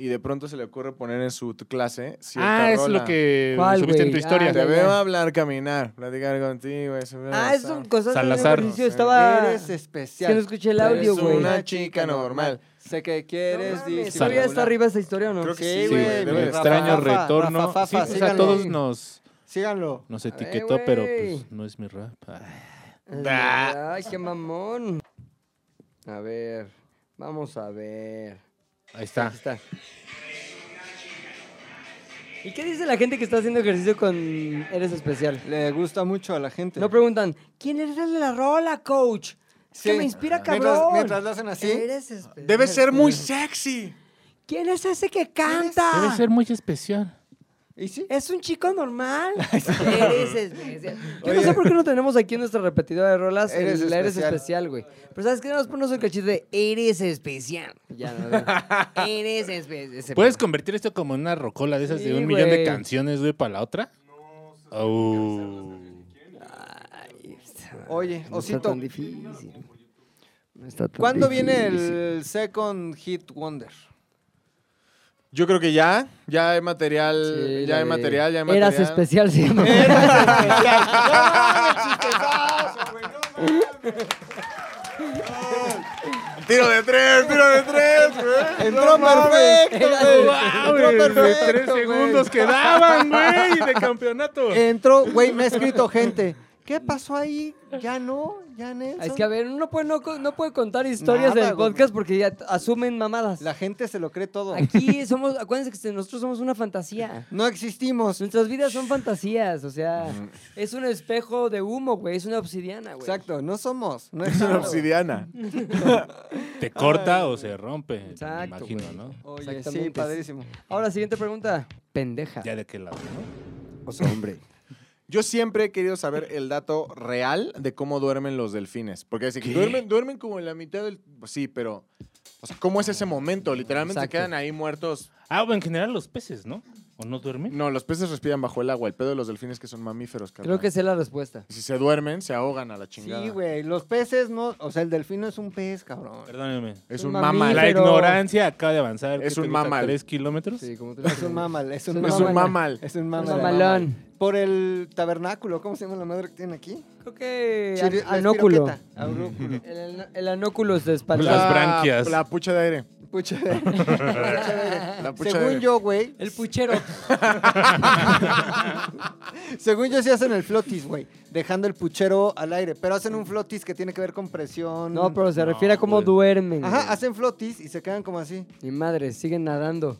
C: y de pronto se le ocurre poner en su t- clase cierta
D: Ah, es
C: rola.
D: lo que
A: ¿Cuál,
D: subiste en tu
A: güey?
D: historia.
A: Ah,
C: Te
A: ya,
C: veo
A: ya.
C: hablar, caminar, platicar contigo. Es una
A: Ah, es un cosa
D: Salazar.
A: ejercicio.
C: No sé.
A: Estaba.
B: Eres especial.
A: que no escuché el audio,
C: Eres
A: güey.
C: una chica normal.
B: Sé que
A: No
B: quieres
A: mames,
D: Salazar.
A: todavía
B: disimular.
A: está arriba esta historia o no?
C: Creo que
B: Sí,
C: sí,
B: güey.
C: güey. Debe
B: mi
C: de
D: El
C: Rafa,
D: extraño
B: Fafa,
D: retorno.
B: Rafa
D: sí,
B: Fafa,
D: pues a
B: síganlo.
D: todos nos,
B: Síganlo.
D: nos
A: ver,
D: etiquetó, pero
A: güey.
D: pues no es mi rap. Ay.
A: Ah, Ay, qué mamón. A ver, vamos a ver.
D: Ahí está.
A: Aquí está. ¿Y qué dice la gente que está haciendo ejercicio con Eres Especial?
B: Le gusta mucho a la gente.
A: No preguntan, ¿quién eres el de la rola, coach? Es que
B: Sí.
A: me inspira,
B: Mientras-
A: cabrón.
B: mientras lo hacen así.
A: Eres especial.
C: Debe ser muy sexy.
A: ¿Quién es ese que canta?
D: Debe ser muy especial.
B: ¿Y sí?
A: ¿Es un chico normal? Eres especial. Yo no sé por qué no tenemos aquí en nuestra repetidora de rolas el
B: Eres
A: eres, eres
B: especial.
A: especial, güey. Pero ¿sabes qué? Nos ponemos el cachito de eres especial. Ya, no, no. Eres especial.
D: ¿Puedes convertir esto como en una rocola de esas
A: Sí,
D: de un millón de
A: güey.
D: canciones, güey, para la otra? No.
B: Oye,
A: No está
B: Osito,
A: tan difícil. No está tan
B: ¿cuándo
A: difícil.
B: viene el Second Hit Wonder?
C: Yo creo que ya, ya hay material,
A: Sí,
C: ya
A: la
C: hay
A: de-
C: material, ya hay material.
A: Eras especial, sí.
C: Tiro de tres, tiro de tres, güey.
B: Entró perfecto,
D: Oh.
B: güey. Entró perfecto, güey.
D: quedaban, güey, de campeonato.
B: Entró, güey, me ha escrito gente. ¿Qué pasó ahí? Ya no, ya Nelson.
A: Es que, a ver, uno puede no, co- no puede contar historias
B: Nada,
A: del
B: güey.
A: podcast porque ya t- asumen mamadas.
B: La gente se lo cree todo.
A: Aquí somos, acuérdense que nosotros somos una fantasía.
B: No existimos.
A: Nuestras vidas son fantasías, o sea, es un espejo de humo, güey, es una obsidiana, güey.
B: Exacto, no somos. No
C: Es una
B: existimos.
C: obsidiana.
D: Te corta o se rompe, me
A: Exacto,
D: imagino,
A: güey.
D: ¿no?
B: Oye, sí,
A: Exactamente.
B: padrísimo.
A: Ahora, siguiente pregunta. Pendeja.
D: Ya de qué lado, ¿no?
C: hombre. Yo siempre he querido saber el dato real de cómo duermen los delfines. Porque dicen que duermen, duermen como en la mitad del. pues Sí, pero. O sea, ¿cómo es ese momento? Literalmente se
A: Exacto.
C: quedan ahí muertos.
D: Ah, bueno, en general los peces, ¿no? ¿O no duermen?
C: No, los peces respiran bajo el agua. El pedo de los delfines que son mamíferos,
A: Creo que sé la respuesta.
C: Si se duermen, se ahogan a la chingada.
B: Sí, güey, los peces no, o sea, el delfino es un pez, cabrón.
D: Perdónenme.
C: Es
A: Son
C: un mamal.
D: La
A: Pero-
D: ignorancia acaba de avanzar. ¿qué
C: Ah, Es
D: te
C: un
D: gusta,
C: mamal.
D: ¿Tres kilómetros?
A: Sí, como te lo
B: Es un mamal, es un
A: Es
C: Es
B: mamal.
C: un mamal.
B: Es un
A: Un
B: mamal.
A: mamalón.
B: Por el tabernáculo, ¿cómo se llama la madre que tiene aquí?
A: Creo que
B: Sí,
A: an-
B: la
A: anóculo.
B: espiroqueta. Anóculo.
A: El, an- el anóculo se espanta.
D: Las branquias.
C: La pucha de aire.
B: Puchedere. Puchedere.
C: La puchedere.
B: Según yo, güey.
A: El puchero.
B: Según yo, sí hacen el flotis, güey. Dejando el puchero al aire. Pero hacen un flotis que tiene que ver con presión.
A: No, pero se refiere a cómo
D: güey.
A: duermen.
B: Ajá,
A: güey.
B: hacen flotis y se quedan como así.
A: Mi madre, siguen nadando.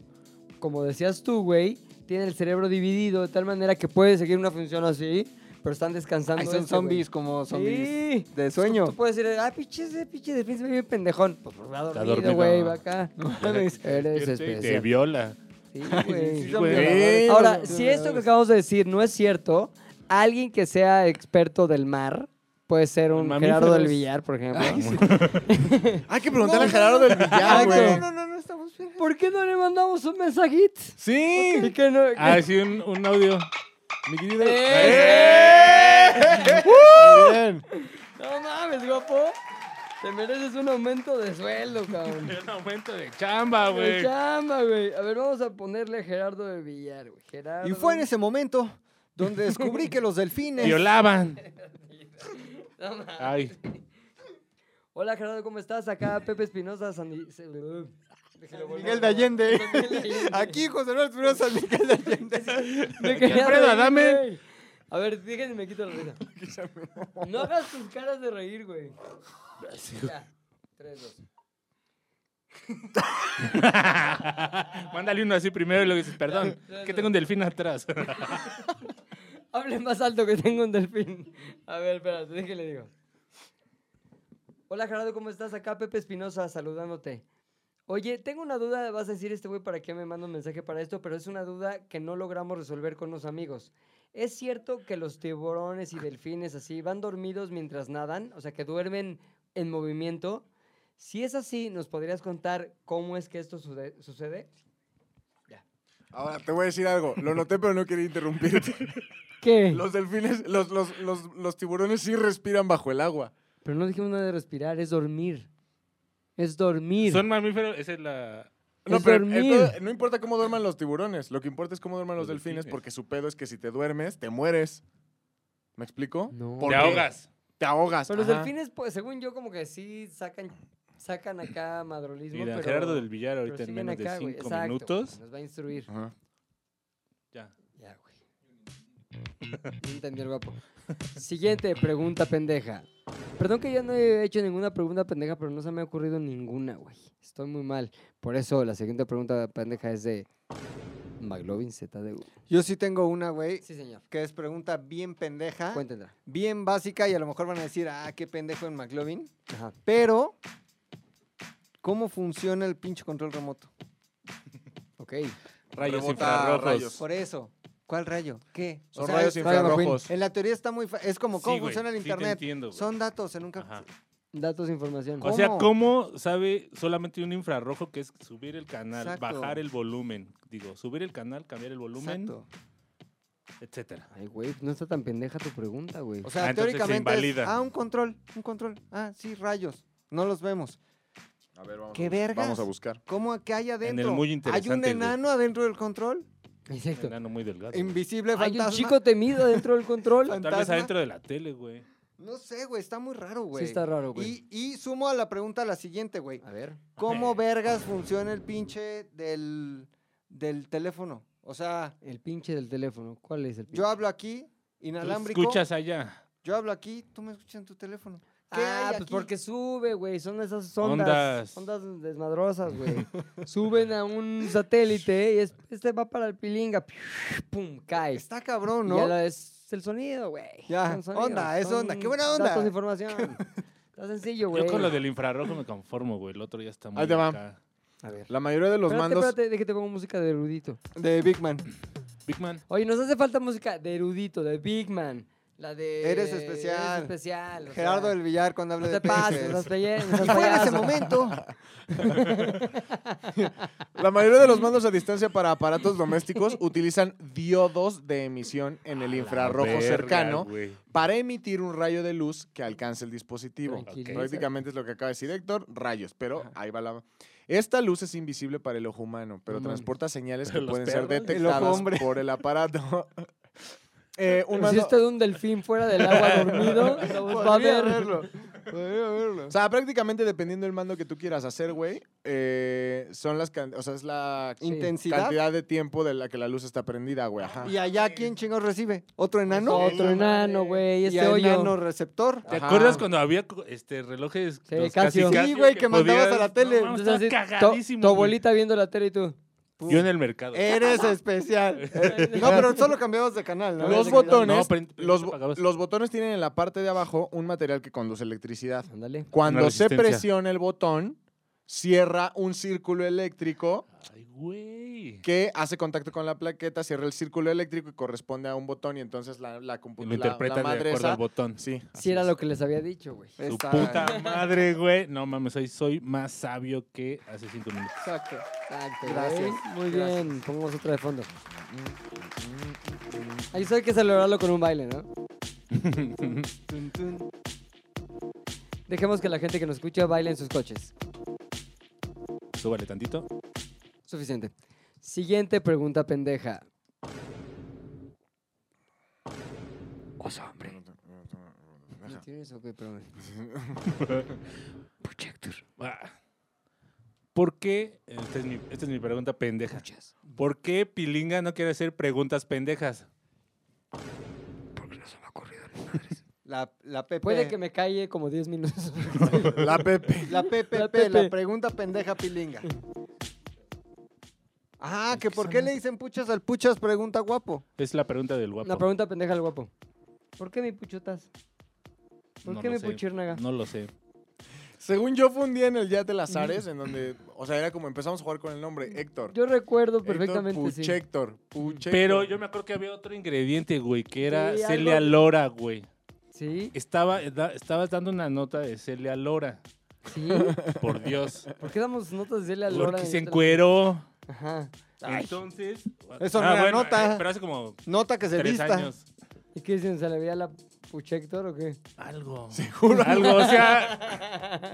A: Como decías tú, güey, tienen el cerebro dividido de tal manera que puede seguir una función así, pero están descansando.
B: Ahí son
A: este, güey.
B: zombies, como zombies
A: Sí.
B: de sueño.
A: Tú puedes decir, ah, pinche ese pinche defensa bien pendejón. Pues pues, va dormido,
D: dormido.
A: güey, va acá.
B: mames.
A: Eres
D: Despierta y
A: especial.
D: Te viola.
A: Sí,
B: Sí,
A: güey.
B: son
D: güey.
B: violadores.
A: Ahora,
B: Son
A: si esto que
B: violadores.
A: acabamos de decir no es cierto, alguien que sea experto del mar puede ser un
D: Mamíferos.
A: Gerardo del Villar, por ejemplo.
C: Hay que preguntarle a Gerardo del Villar,
A: Exacto.
C: güey.
B: No, no, no, no, estamos bien.
A: ¿Por qué no le mandamos un mensajito? Y
C: Sí.
A: que no-
D: Ah, sí, un, un audio. Mi querido.
B: Eh,
D: ¡Eh!
B: Bien.
A: No mames, guapo. Te mereces un aumento de sueldo, cabrón.
D: Un aumento de chamba,
A: De
D: güey.
A: chamba, güey. A ver, vamos a ponerle a Gerardo del Villar, güey. Gerardo.
B: Y fue en ese momento donde descubrí que los delfines.
D: Violaban.
A: No mames.
D: Ay.
A: Hola, Gerardo, ¿cómo estás? Acá Pepe Espinosa, San...
B: Miguel
A: Miguel
B: de Allende. Aquí José Luis Bruno San Miguel de Allende.
D: Alfredo, dame.
A: A ver, déjenme me quito la risa. No hagas tus caras de reír, güey. Ya. Tres, dos.
D: Mándale uno así primero y luego dices, perdón,
A: Ya, ya,
D: que
A: ya.
D: tengo un delfín atrás.
A: Hable más alto que tengo un delfín. A ver, espérate, déjale digo. Hola Gerardo, ¿cómo estás? Acá Pepe Espinosa saludándote. Oye, tengo una duda, vas a decir este güey para qué me manda un mensaje para esto, pero es una duda que no logramos resolver con los amigos. ¿Es cierto que los tiburones y delfines así van dormidos mientras nadan? O sea, que duermen en movimiento. Si es así, ¿nos podrías contar cómo es que esto sude- sucede?
C: Ahora, te voy a decir algo. Lo noté, pero no quería interrumpirte.
A: ¿Qué?
C: Los delfines, los, los, los, los tiburones sí respiran bajo el agua.
A: Pero no dijimos nada de respirar, es dormir. Es dormir.
D: Son mamíferos, esa es la...
C: No,
A: Es
C: pero el- el
A: dormir.
C: pedo- no importa cómo duerman los tiburones. Lo que importa es cómo duerman los
D: Los
C: delfines,
D: delfines.
C: porque su pedo es que si te duermes, te mueres. ¿Me explico?
A: No.
C: ¿Por
D: Te
C: qué?
D: ahogas.
C: Te ahogas.
A: Pero los
C: ajá.
A: delfines, pues, según yo, como que sí sacan, sacan acá madrolismo.
D: Mira,
A: pero,
D: Gerardo del Villar
A: pero
D: ahorita en
A: siguen
D: menos de
A: acá, güey.
D: 5
A: Exacto,
D: minutos.
A: güey, Nos va a instruir.
C: Ajá.
D: Ya.
A: Ya, güey. No entendí el guapo. Siguiente pregunta pendeja. Perdón que ya no he hecho ninguna pregunta pendeja, pero no se me ha ocurrido ninguna, güey. Estoy muy mal. Por eso la siguiente pregunta pendeja es de McLovin ZDU.
B: Yo sí tengo una, güey,
A: Sí, señor.
B: que es pregunta bien pendeja,
A: Cuéntenla.
B: bien básica y a lo mejor van a decir, ah, qué pendejo en McLovin.
A: Ajá.
B: Pero, ¿cómo funciona el pinche control remoto?
A: Ok.
D: Rayos
C: Rebota
D: infrarrojos.
C: rayos.
B: Por eso. ¿cuál rayo? ¿Qué? O
C: Son
B: sea,
C: rayos
B: es-
A: Rayo McQueen.
C: infrarrojos.
B: en la teoría está muy... fa- Es como,
D: Sí,
B: ¿cómo
D: güey,
B: funciona el
D: sí te
B: internet?
D: entiendo, güey.
B: Son datos, en nunca...
D: Ajá.
A: Datos e información.
D: O sea,
B: ¿Cómo?
D: ¿cómo sabe solamente un infrarrojo que es subir el canal,
B: Exacto.
D: bajar el volumen? Digo, subir el canal, cambiar el volumen,
B: Exacto.
D: etcétera.
A: Ay, güey, no está tan pendeja tu pregunta, güey.
B: O sea,
D: Ah, entonces se
B: teóricamente es,
D: invalida.
B: ah, un control, un control. Ah, sí, rayos. No los vemos.
C: A ver, vamos,
B: ¿Qué
C: a, bus-
B: vergas?
C: vamos a buscar.
B: ¿Cómo que hay adentro?
D: muy
B: ¿Hay un
D: interesante, güey.
B: enano adentro del control?
D: Un
A: Exacto.
D: enano muy delgado. güey.
B: Invisible
A: Hay
B: fantasma.
A: un chico temido dentro del control.
B: Fan-
D: Tal vez
B: fantasma.
D: adentro de la tele, güey.
B: No sé, güey, está muy raro,
A: sí
B: güey.
A: está raro, güey.
B: Y, y sumo a la pregunta la siguiente, güey.
A: A ver.
B: ¿Cómo vergas funciona el pinche del, del teléfono? O sea,
A: El pinche del teléfono. ¿Cuál es el pinche?
B: yo hablo aquí,
D: Tú
B: inalámbrico.
D: escuchas allá.
B: Yo hablo aquí, tú me escuchas en tu teléfono. ¿Qué
A: ah,
B: hay
A: pues
B: aquí?
A: porque sube, güey. Son esas ondas. Ondas,
D: Ondas.
A: desmadrosas, güey. Suben a un satélite y es- este va para el pilinga. piu, Pum, cae.
B: Está cabrón,
A: Y
B: ¿no?
A: ya la- es el sonido, güey.
B: Ya,
A: Son sonidos,
B: onda, es
A: son
B: onda. ¡Qué buena onda!
A: Datos de información. Está sencillo, güey.
D: Yo con lo del infrarrojo me conformo, güey. El otro ya está muy
C: Ahí te va.
D: acá.
A: A ver.
C: La mayoría de los
A: espérate,
C: mandos.
A: espérate, déjate pongo música de erudito.
B: De Big Man.
D: Big Man.
A: Oye, nos hace falta música de erudito, de Big Man. La de.
B: Eres especial.
A: Eres especial. o
B: Gerardo
A: sea,
B: del Villar cuando habla
A: No
B: de
A: te pases,
B: peces.
A: nos pelle-
B: Y
A: nos
B: fue en ese
A: payaso.
B: momento.
C: La mayoría de los mandos a distancia para aparatos domésticos utilizan diodos de emisión en el infrarrojo
D: Verga,
C: cercano
D: güey.
C: para emitir un rayo de luz que alcance el dispositivo.
A: Tranquilízate.
C: Prácticamente es lo que acaba de decir Héctor, rayos, pero ahí va la... Esta luz es invisible para el ojo humano, pero
A: No mames.
C: transporta señales
D: Mm. Pero
C: que
D: los
C: pueden ser
D: perros, el ojo
C: detectadas
B: hombre.
C: por el aparato. Eh, un
A: Si
C: mando-
A: esto de un delfín fuera del agua dormido, lo va a
B: Podría
A: ver.
B: verlo. Podría verlo.
C: O sea, prácticamente dependiendo del mando que tú quieras hacer, güey, eh, son las can- o sea, es la
A: Sí.
B: Intensidad.
C: cantidad de tiempo de la que la luz está prendida, güey. Ajá.
B: ¿Y allá quién chingados recibe? ¿Otro enano?
A: Pues Otro enano, güey.
B: Y
A: Este
B: a
A: hoyo. Ah,
B: enano receptor.
D: ¿Te
C: Ajá.
D: acuerdas cuando había co- este relojes
A: Sí,
D: los
A: Casio.
D: Casio
B: Sí, güey, que mandabas
D: podías-
B: a la tele.
D: No, mames,
A: Entonces,
D: estaba
A: así, to-
D: cagadísimo,
A: tu
D: güey.
A: abuelita viendo la tele y tú.
D: Yo en el mercado.
B: Eres especial. No, pero solo cambiamos de canal, ¿no?
C: Los
B: Ese canal.
D: No,
C: botones,
D: pero en-
C: los, bo-
D: apagabas.
C: los botones tienen en la parte de abajo un material que conduce electricidad.
A: pues, Ándale.
C: Cuando
D: Una
C: se
D: resistencia.
C: presiona el botón, cierra un círculo eléctrico
D: Ay, güey.
C: que hace contacto con la plaqueta, cierra el círculo eléctrico y corresponde a un botón y entonces la, la, compu-
D: Y Lo
C: la- la
D: interpretas de
C: madre
D: acuerdo
C: esa-
D: al botón.
C: Sí.
A: Sí, era lo que les había dicho, güey.
D: Su
B: Esa-
D: puta madre, güey. No mames, hoy soy más sabio que hace cinco minutos.
B: Exacto.
A: Exacto.
B: Gracias,
A: güey. Muy
B: gracias.
A: bien. Pongamos otra de fondo. Ahí hay que celebrarlo con un baile, ¿no?
B: Tun, tun.
A: Dejemos que la gente que nos escucha baile en sus coches.
D: Súbale tantito.
A: Suficiente. Siguiente pregunta pendeja. Oso, hombre. ¿No tienes? Ok, perdón. Projector.
D: Ah. ¿Por qué? Esta es, mi, esta es mi pregunta pendeja. ¿Por qué Pilinga no quiere hacer preguntas pendejas?
B: La, la PP.
A: Puede que me calle como 10 minutos.
C: La Pepe.
B: La PPP,
A: La
B: la,
A: PP.
B: pregunta pendeja pilinga. Ah, que por qué le dicen puchas al puchas, pregunta guapo.
D: Es la pregunta del guapo.
A: Una pregunta pendeja al guapo. ¿Por qué mi puchotas? ¿Por
D: No
A: qué
D: lo
A: mi
D: sé.
A: puchirnaga?
D: No lo sé.
C: Según yo fue un día en el Yate Las Ares, en donde, o sea, era como empezamos a jugar con el nombre, Héctor.
A: Yo recuerdo perfectamente,
C: Héctor
A: sí.
C: Puchector. Puchector.
D: Pero yo me acuerdo que había otro ingrediente, güey, que era
A: Sí, algo-
D: Celia Lora, güey.
A: Sí,
D: Estaba, da- estabas dando una nota de Celia Lora.
A: sí.
D: Por Dios.
A: ¿Por qué damos notas de él a la hora?
D: Porque
A: de
D: se
A: nuestra-
D: encueró.
A: Ajá.
D: Entonces.
B: Eso no era nota.
D: eh, Pero hace como
B: Nota que se
D: tres
B: vista.
D: años.
A: ¿Y qué dicen? ¿Se le veía la puchector o qué?
D: Algo. Seguro. Algo, o sea.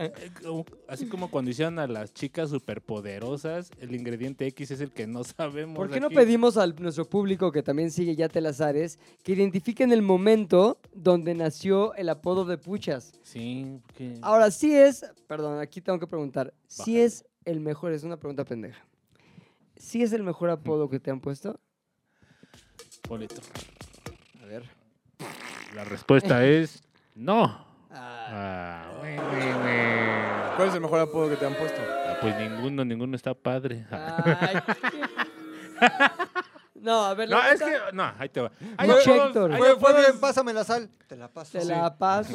D: eh, como- Así como cuando hicieron a las chicas superpoderosas, el ingrediente X es el que no sabemos.
A: ¿Por qué no
D: aquí.
A: pedimos a nuestro público que también sigue ya Telazares que identifiquen el momento donde nació el apodo de Puchas?
D: Sí, porque.
A: Ahora, sí es, perdón, aquí tengo que preguntar, si
D: Bájale.
A: es el mejor, es una pregunta pendeja, si es el mejor apodo que te han puesto?
D: Boleto.
A: A ver.
D: La respuesta es. No.
A: Ah,
D: Ah, güey.
C: ¿Cuál es el mejor apodo que te han puesto?
D: Ah, pues ninguno, ninguno está padre.
A: ay, qué- no, a ver,
D: No,
A: la
D: es
A: neta,
D: que. No, ahí te va.
A: Ay,
D: Hay
A: Héctor.
D: apodos- hay
B: Fue, fue
D: apodos-
B: bien, pásame la sal. Te la paso.
A: te la paso.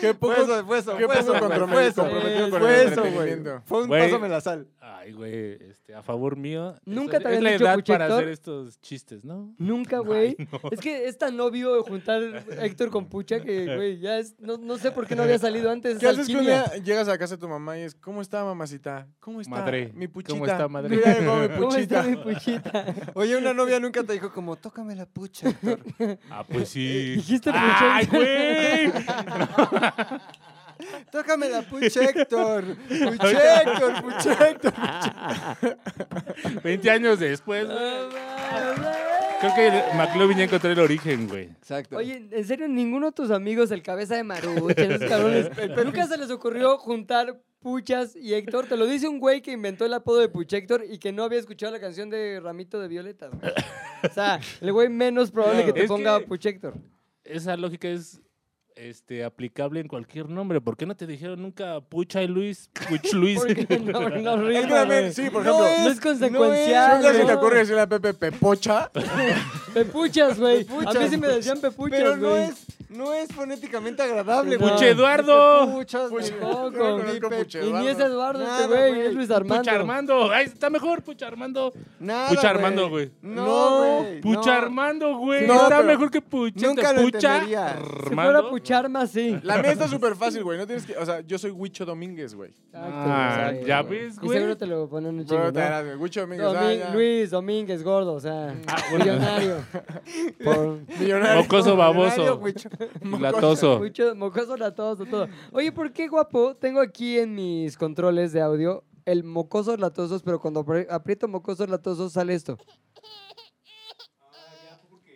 B: ¿Qué poco, fue eso, fue eso,
C: qué
B: fue
C: poco
B: eso, güey,
C: comprometido-
B: fue eso,
C: comprometido con
B: fue
C: el
B: eso, güey.
C: entretenimiento.
B: Fue un
D: Güey.
B: pásame la sal.
D: Ay, güey, este, a favor mío.
A: Nunca
D: es-
A: te
D: es
A: habían
D: la
A: dicho
D: edad para
A: Puchector.
D: hacer estos chistes, ¿no?
A: Nunca, güey. Es que es tan obvio juntar Héctor con Pucha que, güey, ya es. No, no sé por qué no había salido antes.
C: ¿Qué
A: esa
C: haces que un
A: alquimia.
C: día llegas a casa de tu mamá y es, ¿cómo está mamacita? ¿Cómo está
D: Madre,
C: mi
D: ¿cómo
C: puchita?
D: está, madre?
C: Mira, llegó mi
A: ¿Cómo está
C: puchita.
A: mi puchita?
B: Oye, una novia nunca te dijo como, tócame la pucha, Héctor.
D: Ah, pues sí.
A: Dijiste
D: ¡Ay,
A: Puchector.
D: güey!
B: Tócame la pucha, Héctor. Pucha, Héctor, pucha, Héctor.
D: 20 años después, güey. Creo que McLovin ya encontró el origen, güey.
B: Exacto.
A: Oye, en serio, ninguno de tus amigos, el cabeza de Marucha, esos cabrones, nunca se les ocurrió juntar Puchas y Héctor. Te lo dice un güey que inventó el apodo de Puchector y que no había escuchado la canción de Ramito de Violetas. güey. O sea, el güey menos probable que te
D: Es
A: ponga
D: que-
A: Puchector.
D: Esa lógica es este, aplicable en cualquier nombre. ¿Por qué no te dijeron nunca Pucha y Luis? Puch Luis.
A: Porque no, no rima,
C: Es que también,
A: güey.
C: sí, por
A: No
C: ejemplo.
A: es, consecuencial.
C: Nunca se te
A: ¿no?
C: ocurre decirle a Pepe Pepocha.
A: Pepuchas, güey. A mí
B: Pepuchas.
A: sí me decían pepuchas,
B: Pero no
A: güey.
B: es, no es fonéticamente agradable,
A: No.
B: güey.
D: Puche Eduardo.
B: Puchas, güey.
A: Puche- Tampoco.
C: Pues, Yo no conozco a Puche
A: Y ni es
C: Eduardo.
A: Eduardo este
B: Nada,
A: güey,
B: güey.
A: es Luis Armando.
D: Pucha Armando. Ay, está mejor, Pucha Armando.
B: Nada,
D: Pucha Armando, güey.
B: No, güey.
D: Pucha
B: no.
D: Armando, güey.
C: No,
D: está
C: pero
D: mejor que Puchita.
B: Nunca lo
D: Pucha
B: entendería. Si
A: Si fuera
D: Armando.
A: Pucharma, sí.
C: La mía está súper fácil, güey. No tienes que. O sea, yo soy Huicho Domínguez, güey.
D: Ah,
A: Exacto,
D: ya
A: güey.
D: ves,
A: Y
D: güey.
A: seguro te lo ponen un chingo,
C: Pero te
A: ¿no?
C: harás, güey. Huicho Domínguez. ah,
A: Domi-
C: ya.
A: Luis Domínguez Gordo, o sea,
D: Ah,
A: millonario. Por-
C: Millonario.
D: Mocoso
B: Millonario,
D: baboso.
B: güey.
D: y Latoso.
A: Mucho mocoso latoso, todo. Oye, ¿por qué guapo? Tengo aquí en mis controles de audio el mocoso latosos, pero cuando apri- aprieto mocosos latosos sale esto.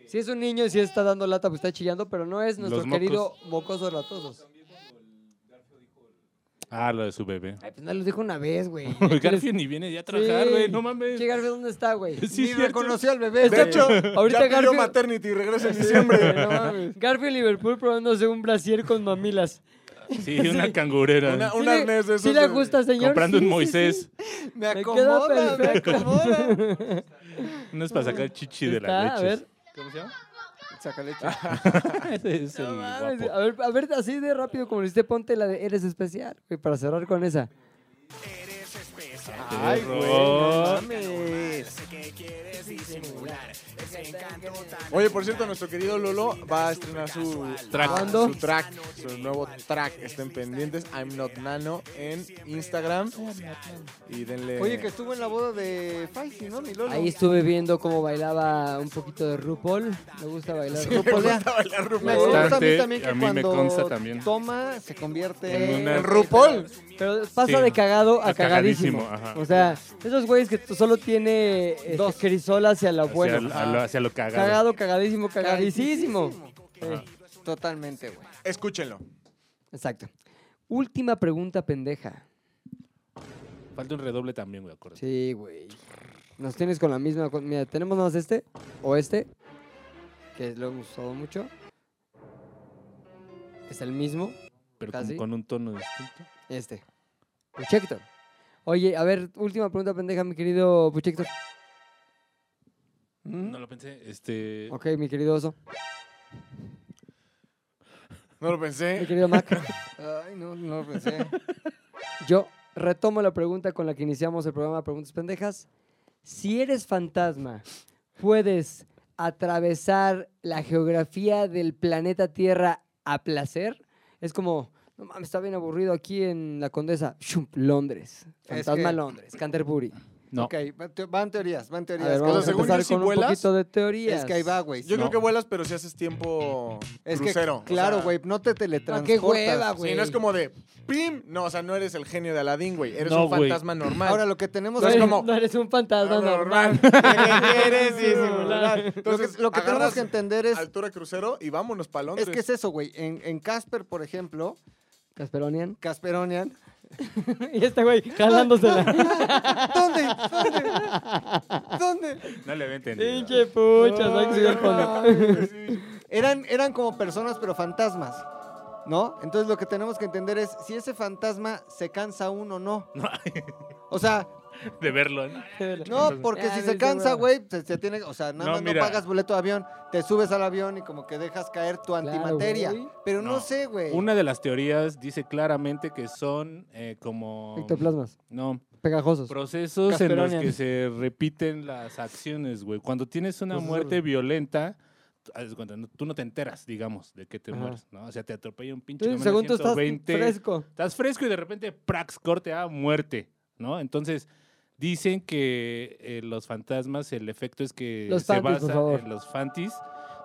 A: Si es un niño y si está dando lata, pues está chillando, pero no es
D: Los
A: nuestro
D: mocos.
A: querido mocoso latosos.
D: Ah, lo de su bebé.
A: Ay, pues no lo dijo una vez, güey.
D: Garfield ni viene ya a trabajar,
A: Sí.
D: güey. No mames.
A: Che, Garfield, ¿dónde está, güey?
D: Sí,
B: Ni
D: cierto.
B: reconoció al bebé.
C: De
B: güey.
C: hecho,
A: Ahorita
C: ahorita ya pidió
A: Garfield-
C: maternity, regresa en diciembre.
A: No mames. Garfield Liverpool probándose un brasier con mamilas.
D: Sí, una cangurera.
C: Una-
A: ¿Sí
C: un
A: le-
C: arnés de esos.
A: ¿Sí le
C: de-
A: gusta, señor?
D: Comprando
A: Sí,
D: un
A: sí,
D: Moisés.
A: sí.
B: Me
A: queda
B: acomoda, me
A: perfecto.
B: acomoda.
D: No es para sacar chichi de
A: Está,
D: la leche.
A: a ver.
D: ¿Cómo se llama?
B: Saca leche.
D: Ese es el
A: No mames,
D: guapo.
A: A ver, a ver, así de rápido como lo hiciste, ponte la de Eres Especial, güey, para cerrar con esa.
B: Ay, güey. No
D: Terror.
B: mames.
C: Oye, por cierto, nuestro querido Lolo va a estrenar su
D: Track.
A: ¿Cuándo?
C: su track, su nuevo track. Estén pendientes. I'm not nano en Instagram y denle.
B: Oye, que estuvo en la boda de Faisy, ¿no? Mi Lolo.
A: Ahí estuve viendo cómo bailaba un poquito de RuPaul. Me gusta bailar
C: Me
A: RuPaul.
C: gusta bailar
B: Me
C: RuPaul.
B: consta a mí
D: Bastante,
B: también que
D: a mí me
B: cuando
D: consta también.
B: toma, se convierte
D: En una-
C: En RuPaul.
A: Pero pasa
D: Sí.
A: de cagado a,
D: A
A: cagadísimo.
D: cagadísimo, ajá.
A: O sea, esos güeyes que t- solo tiene este, crisol hacia lo
D: Hacia,
A: bueno. ah,
D: a lo, hacia lo cagado.
A: Cagado, cagadísimo, cagadísimo.
B: Totalmente, güey.
C: Escúchenlo.
A: Exacto. Última pregunta pendeja.
D: Falta un redoble también, güey, acuérdate.
A: Sí, güey. Nos tienes con la misma. co- Mira, tenemos nada más este o este, que lo hemos usado mucho. Es el mismo,
D: Pero como
A: casi.
D: con un tono distinto.
A: este. Puchector. Oye, a ver, última pregunta pendeja, mi querido Puchector.
D: No lo pensé. Este.
A: ¿Mm? Ok, mi querido oso.
C: No lo
A: Mi
C: pensé.
A: querido Mac.
B: Ay, no, no lo pensé.
A: Yo retomo la pregunta con la que iniciamos el programa Preguntas Pendejas. Si eres fantasma, ¿puedes atravesar la geografía del planeta Tierra a placer? Es como, no mames, está bien aburrido aquí en la Condesa. Shum, Londres.
B: Es
A: Fantasma
B: que-
A: Londres, Canterbury.
D: No.
B: Ok, va- te- van teorías, van
A: A
B: teorías.
A: ver, vamos a
B: Cosas
C: según yo,
A: empezar
C: si
A: con un
C: vuelas,
A: poquito de teorías.
B: Es que ahí va, güey.
C: Yo
B: No.
C: creo que vuelas, pero si haces tiempo
B: Es que,
C: crucero. o
B: claro,
C: sea,
B: güey, no te
A: No,
B: teletransportas.
A: qué hueva,
B: Ah,
A: güey.
C: Sí, no es como de ¡pim! No, o sea, no eres el genio de Aladdin, güey. Eres
D: No,
C: un
D: güey.
C: fantasma normal.
B: Ahora lo que tenemos
A: No
B: es
A: eres,
B: como...
A: no eres un fantasma normal.
C: ¿Qué
A: Disimular.
B: Lo que,
C: Entonces,
B: lo que tenemos
C: agarras
B: que entender es...
C: altura crucero y vámonos para
B: Es
C: Londres.
B: que es eso, güey. En, en Casper, por ejemplo,
A: Casperonian.
B: Casperonian...
A: y este güey jalándosela.
B: ¿Dónde? ¿Dónde? ¿Dónde?
D: No le había entendido.
A: Pinche pucha, no hay que subir
B: Ay,
A: el fondo.
B: mames. Eran, eran como personas, pero fantasmas. ¿No? Entonces lo que tenemos que entender es si ese fantasma se cansa uno o no. O sea,
D: De verlo. ¿no?
B: no, porque
A: Ah,
B: si
A: sí,
B: se
A: sí,
B: cansa,
A: bueno.
B: güey, se, se tiene, o sea, nada
D: No,
B: más
D: mira.
B: no pagas boleto de avión, te subes al avión y como que dejas caer tu
A: Claro,
B: antimateria.
A: güey.
B: pero no,
D: No.
B: sé, güey.
D: Una de las teorías dice claramente que son eh, como.
A: Ectoplasmas,
D: No,
A: pegajosos.
D: procesos en los
A: Casperonian.
D: que se repiten las acciones, güey. Cuando tienes una
A: Procesos,
D: muerte
A: güey.
D: violenta, haz de cuenta, no- tú no te enteras, digamos, de que te
A: Ajá.
D: mueres, ¿no? O sea, te atropella un pinche.
A: Entonces,
D: camión a
A: según tú estás
D: 120.
A: fresco.
D: Estás fresco y de repente, prax, corte a muerte, ¿no? Entonces, dicen que eh, los fantasmas, el efecto es que
A: Los
D: se
A: fantis, por
D: basa
A: favor.
D: en los fantis,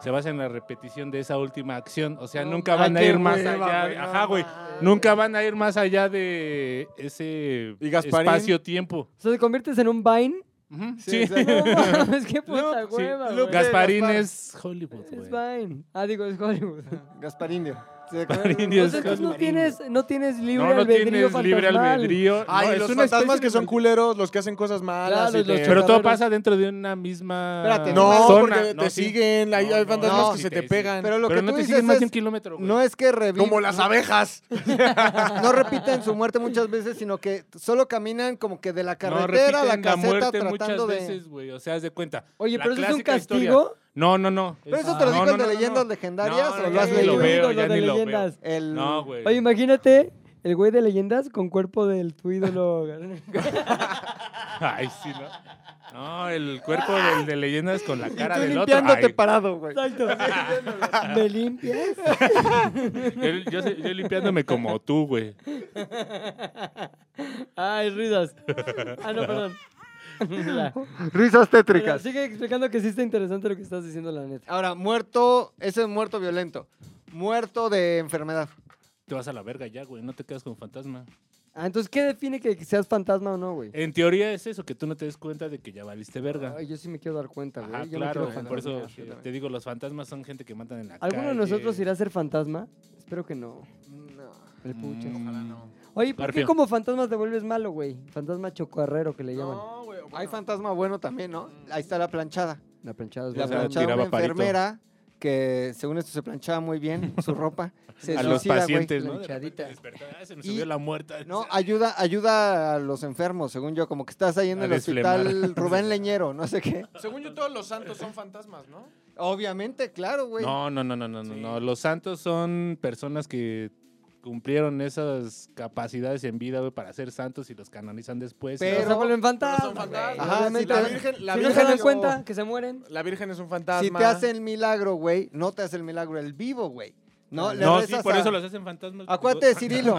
D: se basa en la repetición de esa última acción. O sea,
A: No
D: nunca
A: ma-
D: van a
A: qué
D: ir más
A: hueva,
D: allá.
A: güey, no
D: Ajá, güey.
A: mames.
D: Nunca van a ir más allá de ese
C: ¿Y Gasparín?
D: espacio-tiempo.
A: O sea, te conviertes en un Vine.
D: Ujú,
B: Sí,
D: sí.
B: exacto.
A: No mames, qué puta
D: Loop, sí.
A: hueva,
D: Loop
A: güey.
D: Gasparín
B: Gaspar.
D: es Hollywood,
A: Es
D: güey.
A: Vine. Ah, digo, es Hollywood.
B: Gasparindio. Se-
D: Gasparindio es
A: Entonces, tú Pues no
D: Gasparín.
A: tienes, no tienes libre
D: No, no
A: albedrío
D: tienes libre
A: fantasmal.
D: albedrío.
C: Ay,
D: no, es
C: los
D: una especie
C: fantasmas que
D: de-
C: son culeros, los que hacen cosas
A: Claro,
C: malas. y
A: los
C: te-
A: chotas.
D: Pero todo
A: Verdaderos.
D: pasa dentro de una misma
B: Espérate,
C: No,
D: zona.
C: porque
D: No,
C: te
D: sí.
C: siguen, hay,
D: No,
C: hay
D: no,
C: fantasmas
D: no,
C: que
D: sí
C: se te
D: sí.
C: pegan.
B: Pero lo
D: Pero
B: que
D: no
B: tú
D: te
B: dices
D: siguen más de
B: es-
D: un kilómetro, güey.
B: No es que revivan.
C: Como las abejas.
B: No repiten su muerte muchas veces, sino que solo caminan como que de la carretera a la
D: repiten
B: caseta
D: muchas
B: tratando de.
D: veces, güey. O sea, haz de cuenta.
A: Oye,
D: La
A: pero eso es un
D: clásica historia.
A: castigo.
D: No, no, no.
B: Pero
D: Es-
B: eso te lo
D: Ah, no,
B: dijo
D: no,
B: el de
D: no, no,
B: leyendas
D: no.
B: legendarias
D: No,
B: o
D: no,
B: lo has
D: ya ni lo
B: leído.
D: veo,
A: Lo
D: ya
A: de
D: ni lo veo.
A: leyendas.
B: El-
D: No, güey.
A: Oye, imagínate el güey de leyendas con cuerpo del tu ídolo.
D: Ay, sí, ¿no? No, el cuerpo del de leyendas con la
B: Y
D: cara
B: tú
D: del otro.
B: limpiándote
D: Ay,
B: parado, güey.
A: Exacto. ¿Me limpias?
D: yo, yo sé- yo limpiándome como tú, güey.
A: Ay, risas. Ah, no, perdón. Ya.
B: Risas
A: Pero
B: tétricas.
A: sigue explicando que sí está interesante lo que estás diciendo, la neta.
B: Ahora, muerto, ese es muerto violento. Muerto de enfermedad.
D: Te vas a la verga ya, güey. No te quedas con fantasma.
A: Ah, entonces, ¿qué define que seas fantasma o no, güey?
D: En teoría es eso, que tú no te des cuenta de que ya valiste verga.
A: Ay, yo sí me quiero dar cuenta, güey.
D: Ajá,
A: Yo me quiero
D: claro.
A: fantasma.
D: Por eso
B: fantasmear, yo también.
D: te digo, los fantasmas son gente que matan en la calle.
A: ¿Alguno de nosotros irá a ser fantasma? Espero que no.
B: No.
A: El pucho.
D: Mm,
C: Ojalá no.
A: Oye, ¿por qué
D: Garfio.
A: como fantasma te vuelves malo, güey? Fantasma chocarrero que le llaman.
C: No, güey.
B: Hay
C: bueno,
B: fantasma bueno también, ¿no? Ahí está la planchada.
A: La planchada es
B: La
D: O sea,
A: buena.
B: planchada de una
D: tiraba parito.
B: enfermera que, según esto, se planchaba muy bien su ropa. Se
D: a los
B: suicida, güey.
D: pacientes, ¿no? De
A: planchadita.
D: repente despertar, "Ah, se me
B: Y-
D: subió la muerta.
B: No, ayuda, ayuda a los enfermos, según yo. Como que estás ahí en
D: A
B: el hospital
D: desflemar.
B: Rubén Leñero, no sé qué.
C: Según yo, todos los santos son fantasmas, ¿no?
B: Obviamente, claro, güey.
D: No, no, no, no, no, no,
C: Sí.
D: no. Los santos son personas que cumplieron esas capacidades en vida, güey, para ser santos y los canonizan después.
A: Pero
B: Pero-
A: se vuelven
C: Pero
A: fantasmas.
C: son fantasmas.
A: güey,
B: Ajá, sí,
A: obviamente.
B: la
C: Virgen- la
A: si no se
C: Virgen
A: dan
C: es-
A: cuenta que se mueren.
C: La Virgen es un fantasma.
B: Si te hace el milagro, güey, no te hace el milagro el vivo, güey. No, le
D: no, sí,
B: rezas
D: por
B: a-
D: eso los hacen fantasmas.
B: Acuate, Cirilo.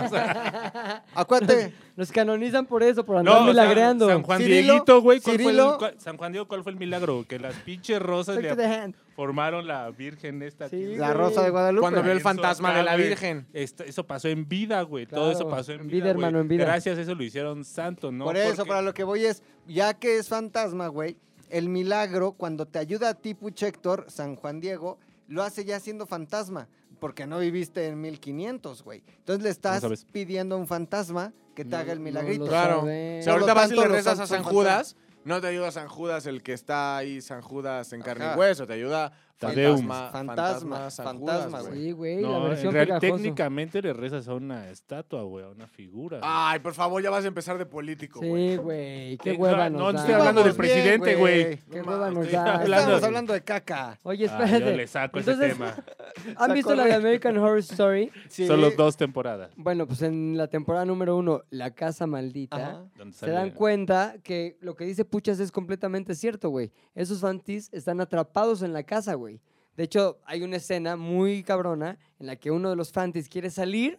B: Acuate.
A: Los canonizan por eso, por andar
D: No,
A: milagreando.
D: milagreando. San, Juan
B: Cirilo-
D: Dieguito, güey. ¿cuál fue el-
B: Cirilo-
D: cuál- San Juan Diego, ¿cuál fue el milagro? Que las pinches rosas
A: Take
D: le
A: the hand.
D: formaron la virgen esta.
A: Sí,
D: aquí.
A: güey.
B: La Rosa de Guadalupe.
C: Cuando vio el
D: Eso
C: fantasma
D: acá,
C: de la
D: güey.
C: Virgen.
D: Esto- eso pasó en vida, güey. Todo
A: Claro,
D: eso pasó en,
A: en
D: vida.
A: vida, hermano,
D: güey.
A: en vida.
D: Gracias, eso lo hicieron santo, ¿no?
B: Por eso,
D: Porque-
B: para lo que voy es, ya que es fantasma, güey, el milagro, cuando te ayuda a ti, Puchector, San Juan Diego, lo hace ya siendo fantasma, porque no viviste en 1500, güey. Entonces le estás
D: sabes?
B: pidiendo a un fantasma que te haga el
A: no
B: milagrito.
A: lo
C: Claro.
A: saben.
C: Si
B: Por lo
C: ahorita vas y
B: tanto,
C: le
B: los
C: rezas a
B: santos
C: San
B: son
C: Judas, no te ayuda San Judas el que está ahí, San Judas en carne
B: Ajá.
C: y hueso, te ayuda
D: Tadeum.
C: fantasma,
B: Fantasma,
C: fantasma, San
B: fantasma,
C: Judas, güey.
A: Sí, güey, la
D: No, en
A: versión
D: real-
A: pegajoso.
D: técnicamente le rezas a una estatua, güey, a una figura. güey.
C: Ay, por favor, ya vas a empezar de político, güey.
A: Sí, güey, qué
D: Eh,
A: hueva
D: no,
A: nos
D: no
A: da.
D: estoy hablando del
B: Vamos bien,
D: presidente,
B: güey.
D: güey.
A: Qué
C: No
A: hueva
C: mames,
A: nos
C: estoy
A: da.
D: hablando
B: Estamos
D: de-
B: hablando de caca.
A: Oye,
D: Ah,
A: espérate.
D: yo le saco
A: Entonces,
D: ese tema.
A: ¿Han visto la de American Horror Story?
B: Sí.
D: Solo dos temporadas.
A: Bueno, pues en la temporada número uno, La Casa Maldita,
B: Ajá.
D: donde
A: se
D: sale-
A: dan cuenta que lo que dice Puchas es completamente cierto, güey. Esos fantis están atrapados en la casa, güey. De hecho, hay una escena muy cabrona en la que uno de los fantis quiere salir,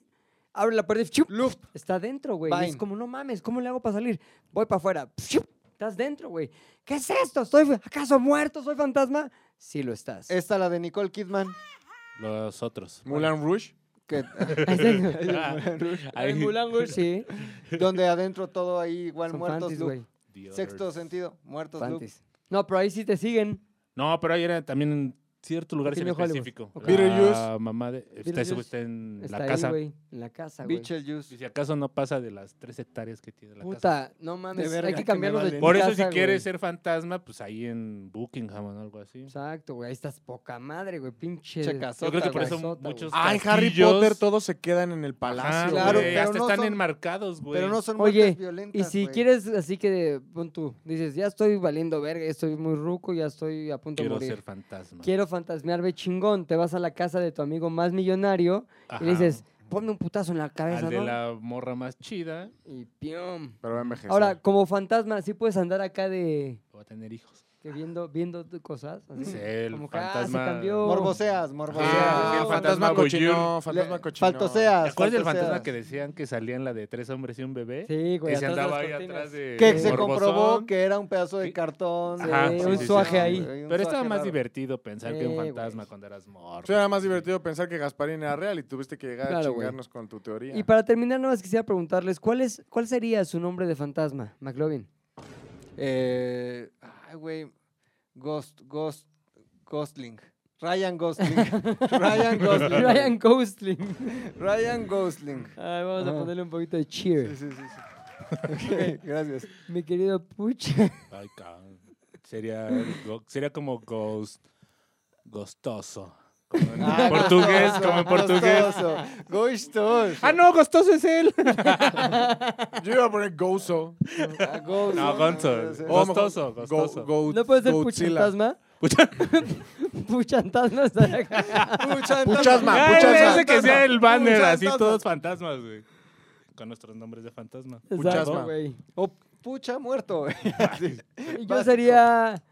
A: abre la puerta y ¡chup!
B: Luft.
A: Está dentro, güey. Y Es
B: Vine.
A: como, no mames, ¿cómo le hago para salir? Voy para afuera. ¡Pshup! Estás dentro, güey. ¿Qué es esto? ¿Estoy acaso muerto? ¿Soy fantasma? Sí lo estás.
B: Esta la de Nicole Kidman.
D: Los otros.
C: Mulan Rouge.
B: Que,
A: Ah. En Moulin Rouge, sí.
B: donde adentro todo ahí igual
A: Son
B: muertos.
A: fantis,
B: Luke.
A: güey.
D: The Others.
B: Sexto sentido, muertos. Luke.
A: Fantis. No, pero ahí sí te siguen.
D: No, pero ahí era también en cierto lugar en
A: Pequeño Hollywood.
D: específico.
A: Ok.
D: La
C: Beetlejuice.
D: mamá de... Está, ese güey está en
A: Está
D: la
A: ahí,
D: casa.
A: güey. En la casa, güey.
B: Beetlejuice.
D: Y si acaso no pasa de las tres hectáreas que tiene la casa.
A: Puta, no mames,
B: verga,
A: hay
B: que
A: que
B: me
A: cambiarlo de
B: valen.
D: Por eso
A: casa,
D: si
A: güey. Pues,
D: quieres ser fantasma, pues ahí en Buckingham o algo así.
A: Exacto, güey, ahí estás poca madre, güey, pinche.
B: Checas.
D: Yo creo que por
A: güey.
D: eso
A: Casota,
D: muchos
C: Ah, en
D: castillos-
C: Harry Potter todos se quedan en el
D: Ajá,
C: palacio.
B: claro,
D: güey,
C: güey.
B: pero
D: hasta
B: no
D: están
B: son-
D: enmarcados, güey.
B: Pero no son
A: Oye,
B: muertes violentas.
A: Y si
B: güey.
A: quieres, así que pon tú, dices, ya estoy valiendo verga, ya estoy muy ruco, ya estoy a punto
D: Quiero
A: de morir.
D: ser fantasma.
A: Quiero fantasmear, ve chingón, te vas a la casa de tu amigo más millonario
D: Ajá.
A: y le dices, ponme un putazo en la cabeza,
D: Al de
A: ¿no?
D: la morra más chida,
A: Y pium.
C: Pero va a envejecer.
A: Ahora, como fantasma, sí puedes andar acá de
D: va a tener hijos.
A: que viendo viendo tu- cosas, así.
D: Sí, el
A: como que, ah, se
D: fantasma.
A: cambió.
B: Morboseas,
C: Ah,
B: morboseas.
C: sí, el
D: fantasma
C: fantasma cochino.
D: voyeur.
C: Fantasma
B: Le-
C: cochino.
D: ¿Te
B: Faltoseas.
D: acuerdas del
B: faltoseas.
D: fantasma que decían que salían la de tres hombres y un bebé?
A: Sí, güey,
D: que se
A: atrás de
D: andaba
A: las
D: ahí
A: cortinas.
D: atrás de.
B: Que se
D: morbosón.
B: comprobó que era un pedazo de
D: Sí.
B: cartón.
D: Ajá,
B: de-
D: sí, un sí, sí. suaje
A: ahí.
B: güey, un
D: Pero estaba
B: suaje
D: más
B: raro.
D: divertido pensar que
A: Sí,
D: un fantasma
A: güey.
D: cuando eras morro.
C: Sí, era más divertido pensar que Gasparín era real y tuviste que llegar
A: Claro,
C: a
A: güey.
C: chingarnos con tu teoría.
A: Y para terminar, nada más quisiera preguntarles, ¿cuál, es, ¿cuál sería su nombre de fantasma, McLovin?
B: Eh, ay, güey. Ghost, Ghost, Ghostling. Ryan Gosling. Ryan Gosling. Ah,
A: Ryan Gosling.
B: Ryan Gosling.
A: Ay, vamos
B: Ajá.
A: a ponerle un poquito de cheer.
B: Sí, sí, sí. sí. Ok, gracias.
A: Mi querido Puch.
D: Ay, cabrón. Sería, go- sería como ghost. Gostoso. Como en
B: Ah,
D: portugués,
B: gostoso,
D: como en portugués.
B: gostoso, Gostoso.
D: Ah, no, gostoso es él.
C: Yo iba a poner Gozo.
B: Ah, Ghost.
D: No, Gonzo.
B: Sí.
C: O a lo
D: Gostoso,
C: mejor
D: gostoso.
C: Go- Go-
A: ¿No puede ser
C: Godzilla.
A: Puchantasma?
D: Pucha-
A: Puchantasma estaría acá.
B: Puchan-
C: Puchasma,
D: Ay,
C: puchasma.
D: güey, ese que sea Ah, el banner,
B: Muchas
D: así
B: fantasmas.
D: todos fantasmas, güey. Con nuestros nombres de fantasma.
A: Exacto,
C: Puchasma.
A: güey.
B: O pucha muerto. güey. Sí.
A: Yo sería...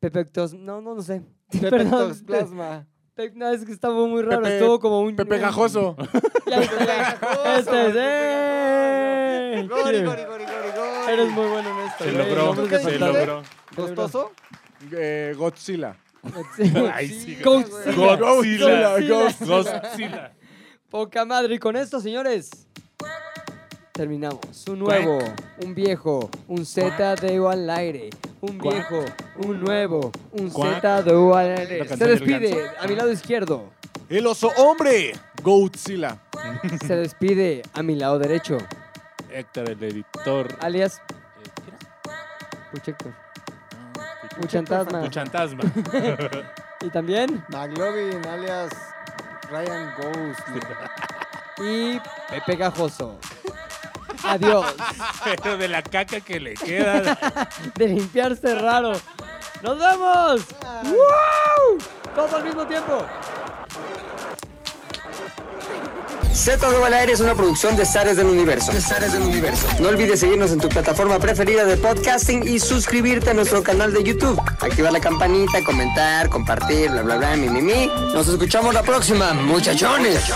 A: Pepectos... No, no, no sé. Perdón.
B: Pepectosplasma.
A: Pe- No, es que estaba muy raro.
C: Pepe-
A: Estuvo como un...
C: Pepe Gajoso.
A: Ya está. Este es... ¡eh!
B: Gori, gori, gori, gori, gori.
A: Eres muy bueno en esto.
D: Se
A: güey.
D: logró,
A: Nombres de
B: ¿Tú qué
D: se
A: fantasma.
B: dijiste?
D: logró.
B: ¿Gostoso?
C: Eh, Godzilla.
A: Sí.
D: Ay, sí.
A: Go-
B: güey.
A: Godzilla.
D: Godzilla.
A: Godzilla.
D: Godzilla.
A: Poca madre. Y con esto, señores, terminamos. Un nuevo, un viejo, un Z de O al aire. Un viejo, un nuevo, un
D: Cuac.
A: Z de O al
D: La
A: aire. Se
D: canción del
A: despide
D: ganso.
A: a mi lado izquierdo.
C: El oso hombre. Godzilla.
A: Se despide a mi lado derecho,
D: Héctor, el editor.
A: alias
D: Eh, ¿qué era?
A: Puchector.
D: Ah, Puch-
A: Puchantasma.
D: Puchantasma.
A: Y también.
E: McLovin, alias Ryan Ghost.
A: Y Pepe Gajoso. Adiós.
D: Pero de la caca que le queda.
A: De limpiarse raro. ¡Nos vemos! ¡Wow! Todos al mismo tiempo.
B: Z2 al aire es una producción de Zares del Universo. del Universo. No olvides seguirnos en tu plataforma preferida de podcasting y suscribirte a nuestro canal de YouTube. Activar la campanita, comentar, compartir, bla, bla, bla, mi, mi, mi. Nos escuchamos la próxima, muchachones.